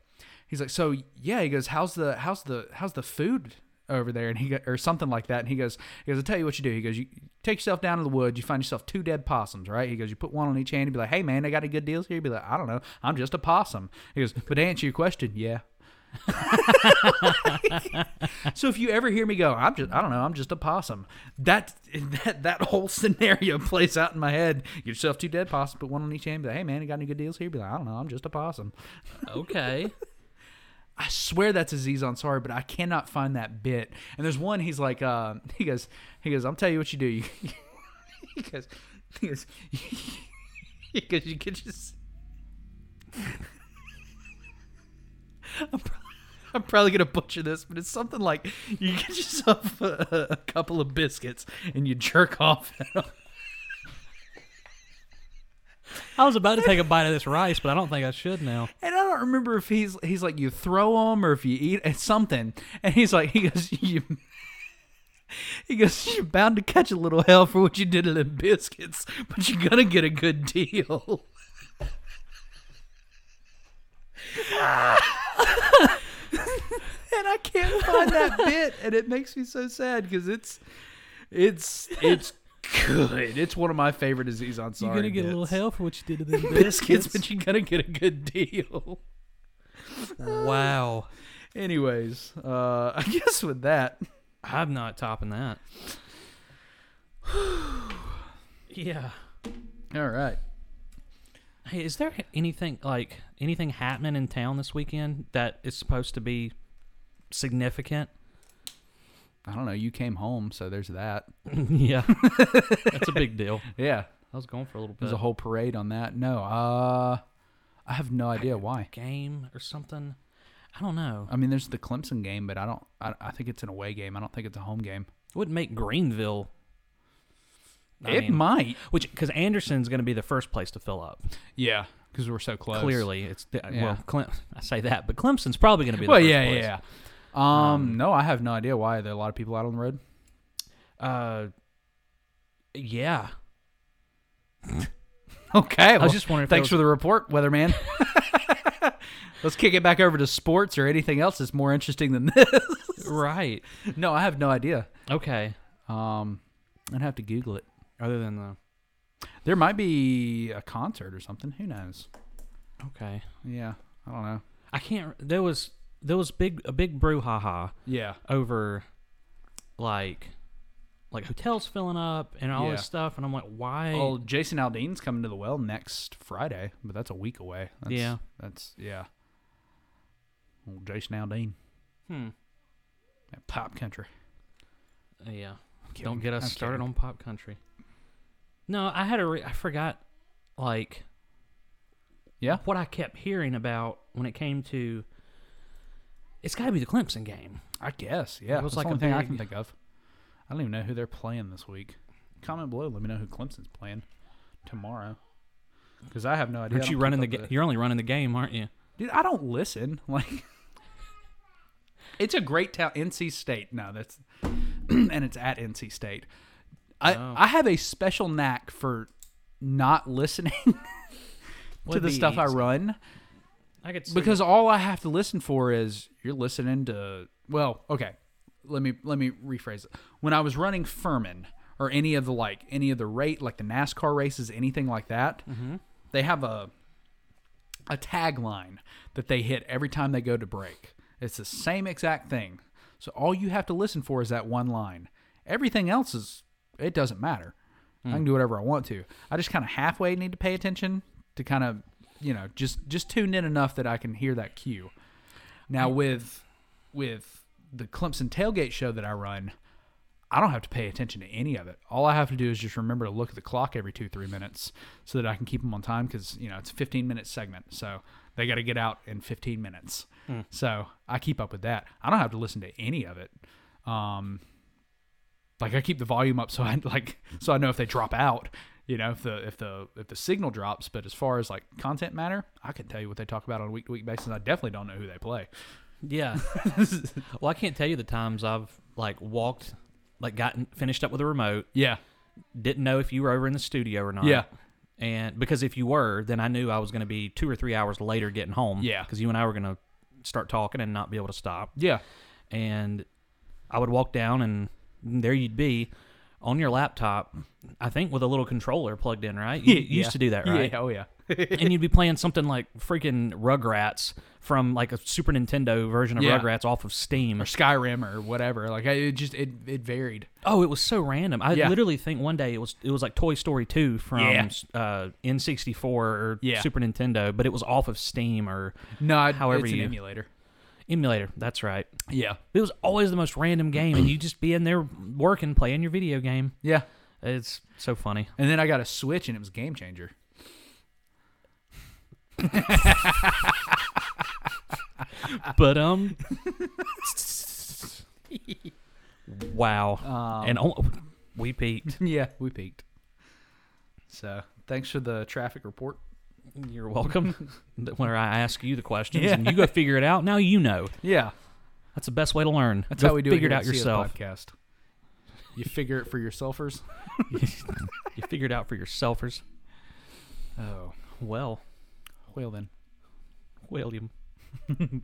S2: he's like, "So yeah," he goes, "How's the how's the how's the food over there?" And he go, or something like that, and he goes, he goes, "I'll tell you what you do." He goes, "You take yourself down to the woods. You find yourself two dead possums, right?" He goes, "You put one on each hand." He'd be like, "Hey man, they got any good deals here?" He'd be like, "I don't know. I'm just a possum." He goes, "But to answer your question, yeah." So if you ever hear me go, I'm just I don't know, I'm just a possum. That that that whole scenario plays out in my head. Get yourself two dead possums, put one on each hand. Be like, hey man, you got any good deals here? Be like, I don't know, I'm just a possum.
S1: okay.
S2: I swear that's Aziz Ansari, but I cannot find that bit. And there's one he's like, uh, he goes, he goes, I'm tell you what you do. You, he goes, he goes, he goes, you could just. I'm, pro- I'm probably gonna butcher this, but it's something like you get yourself a, a couple of biscuits and you jerk off. at 'em.
S1: I was about to take a bite of this rice, but I don't think I should now.
S2: And I don't remember if he's he's like you throw them or if you eat it's something. And he's like he goes you. He goes, you're bound to catch a little hell for what you did to the biscuits, but you're gonna get a good deal. and I can't find that bit, and it makes me so sad because it's, it's, it's good. It's one of my favorite disease on
S1: You're
S2: sorry.
S1: gonna get a little
S2: bits.
S1: hell for what you did to them
S2: biscuits, but you're gonna get a good deal.
S1: Wow,
S2: Anyways, uh, I guess with that,
S1: I'm not topping that. yeah.
S2: all right.
S1: Hey, is there anything like anything happening in town this weekend that is supposed to be significant?
S2: I don't know. You came home, so there's that.
S1: yeah, that's a big deal.
S2: Yeah,
S1: I was going for a little bit.
S2: there's a whole parade on that. No, uh, I have no idea why.
S1: game or something. I don't know.
S2: I mean, there's the Clemson game, but I don't. I, I think it's an away game. I don't think it's a home game.
S1: It would make Greenville. I
S2: it
S1: mean,
S2: might.
S1: which because Anderson's going to be the first place to fill up.
S2: Yeah, because we're so close.
S1: Clearly, it's
S2: Yeah.
S1: well. Clem- I say that, but Clemson's probably going to be. The
S2: Well,
S1: first
S2: yeah,
S1: place.
S2: yeah. Um, no, I have no idea why. Are there a lot of people out on the road?
S1: Uh, yeah.
S2: Okay.
S1: was just wondering if there
S2: thanks
S1: was-
S2: for the report, weatherman. Let's kick it back over to sports or anything else that's more interesting than this.
S1: Right.
S2: no, I have no idea.
S1: Okay.
S2: Um, I'd have to Google it.
S1: Other than the
S2: There might be a concert or something. Who knows?
S1: okay,
S2: Yeah, I don't know.
S1: I can't. There was there was big a big brouhaha
S2: Yeah,
S1: over like like hotels filling up and all
S2: Yeah.
S1: this stuff, and I'm like, why?
S2: Well, Oh, Jason Aldean's coming to the well next Friday, but that's a week away. That's,
S1: Yeah.
S2: that's yeah. Old Jason Aldean.
S1: Hmm.
S2: That pop country.
S1: Yeah.
S2: Kidding.
S1: Don't get us
S2: I'm
S1: started
S2: kidding.
S1: on pop country. No, I had a re- I forgot like
S2: Yeah.
S1: what I kept hearing about when it came to it's got to be the Clemson game.
S2: I guess. Yeah,
S1: It was like
S2: that's the
S1: a
S2: only thing I
S1: big-
S2: can think of. I don't even know who they're playing this week. Comment below. Let me know who Clemson's playing tomorrow. Because I have no idea. I
S1: Aren't
S2: don't
S1: you
S2: keep
S1: running the,
S2: up
S1: ga-
S2: with it.
S1: you're only running the game, aren't you?
S2: Dude, I don't listen. Like, it's a great town. NC State. No, that's and it's at NC State. I
S1: Oh.
S2: I have a special knack for not listening to
S1: Would
S2: the
S1: be
S2: stuff I
S1: easy.
S2: run
S1: I could see
S2: because all I have to listen for is you're listening to. Well, okay, let me let me rephrase it. When I was running Furman or any of the like any of the rate like the NASCAR races, anything like that, they have a a tagline that they hit every time they go to break. It's the same exact thing. So all you have to listen for is that one line. Everything else is it doesn't matter. I can do whatever I want to. I just kind of halfway need to pay attention to kind of, you know, just just tune in enough that I can hear that cue. Now with with the Clemson tailgate show that I run, I don't have to pay attention to any of it. All I have to do is just remember to look at the clock every two, three minutes so that I can keep them on time because, you know, it's a 15 minute segment. So they got to get out in 15 minutes. So I keep up with that. I don't have to listen to any of it. Um, like I keep the volume up so I like so I know if they drop out, you know, if the if the if the signal drops. But as far as like content matter, I can tell you what they talk about on a week to week basis. I definitely don't know who they play.
S1: Yeah. well, I can't tell you the times I've like walked, like gotten finished up with a remote,
S2: Yeah.
S1: didn't know if you were over in the studio or not.
S2: Yeah.
S1: And because if you were, then I knew I was going to be two or three hours later getting home.
S2: Yeah.
S1: Because you and I were going to start talking and not be able to stop.
S2: Yeah.
S1: And I would walk down and there you'd be on your laptop, I think with a little controller plugged in, right? You, you used to do that, right?
S2: Yeah. Oh yeah.
S1: and you'd be playing something like freaking Rugrats from like a Super Nintendo version of
S2: Yeah.
S1: Rugrats off of Steam
S2: or Skyrim or whatever. Like I, it just it it varied.
S1: Oh, it was so random. I
S2: Yeah.
S1: literally think one day it was it was like Toy Story two from
S2: Yeah.
S1: uh, N sixty four or
S2: Yeah.
S1: Super Nintendo, but it was off of Steam or
S2: No, I,
S1: However
S2: it's an
S1: you-
S2: emulator.
S1: emulator. That's right.
S2: Yeah.
S1: It was always the most random game, and you just be in there working, playing your video game.
S2: Yeah.
S1: It's so funny.
S2: And then I got a Switch and it was a game changer.
S1: But um,
S2: Um,
S1: wow, and oh, we peaked.
S2: Yeah, we peaked. So Thanks for the traffic report.
S1: You're welcome. Where I ask you the questions and you go figure it out. Now you know.
S2: Yeah,
S1: That's the best way to learn.
S2: that's
S1: Go
S2: how we do
S1: figure
S2: it.
S1: it out yourself.
S2: Podcast. You figure it for yourselfers.
S1: you figure it out for yourselfers.
S2: Oh,
S1: Well,
S2: well then.
S1: William.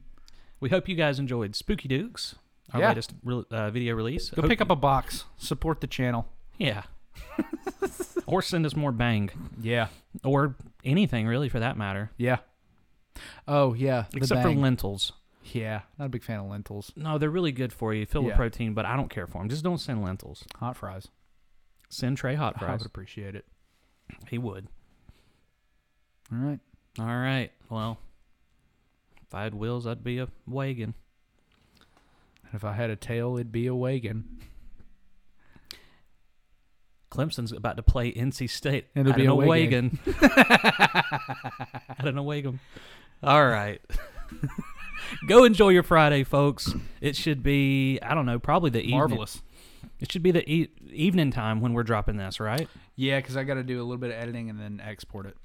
S1: we hope you guys enjoyed Spooky Dukes, our
S2: Yeah.
S1: latest re- uh, video release.
S2: Go
S1: Hope-
S2: pick up a box. Support the channel.
S1: yeah. or send us more bang,
S2: Yeah,
S1: or anything really for that matter,
S2: yeah. Oh yeah, the
S1: except
S2: bang.
S1: for lentils.
S2: Yeah, not a big fan of lentils.
S1: No, they're really good for you, filled
S2: Yeah.
S1: with protein, but I don't care for them. Just don't send lentils.
S2: Hot fries.
S1: Send Trey hot
S2: I
S1: fries.
S2: would appreciate it.
S1: He would.
S2: All right.
S1: All right. Well, if I had wheels, I'd be a wagon.
S2: And if I had a tail, it'd be a wagon.
S1: Clemson's about to play NC State.
S2: And it'll
S1: at
S2: be
S1: an
S2: a
S1: Owagon. at an Owagon. All right. Go enjoy your Friday, folks. It should be, I don't know, probably the evening.
S2: Marvelous.
S1: It should be the e- evening time when we're dropping this, right?
S2: Yeah, because I got to do a little bit of editing and then export it.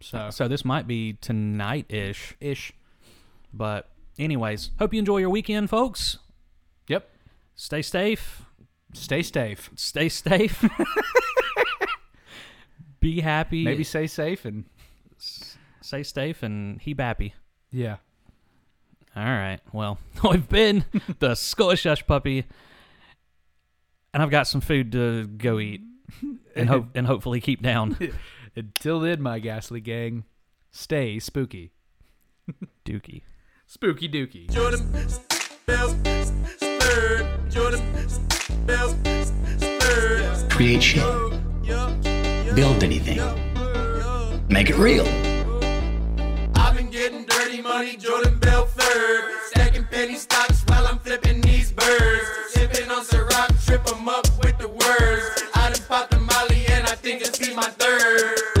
S2: So
S1: So this might be tonight ish.
S2: ish.
S1: But, anyways, hope you enjoy your weekend, folks.
S2: Yep.
S1: Stay safe.
S2: Stay safe.
S1: Stay safe. be happy.
S2: Maybe stay safe and
S1: stay safe and he bappy.
S2: yeah.
S1: All right. Well, I've been the Scottish Hush Puppy, and I've got some food to go eat, and hope and hopefully keep down.
S2: Until then, my ghastly gang, stay spooky.
S1: Dookie.
S2: Spooky dookie.
S9: create shit, build anything, make it real. I've been getting dirty money, Jordan Belford. Stacking penny stocks while I'm flipping these birds. Sipping on Ciroc, trip 'em up with the words. I done popped the molly and I think it's be my third.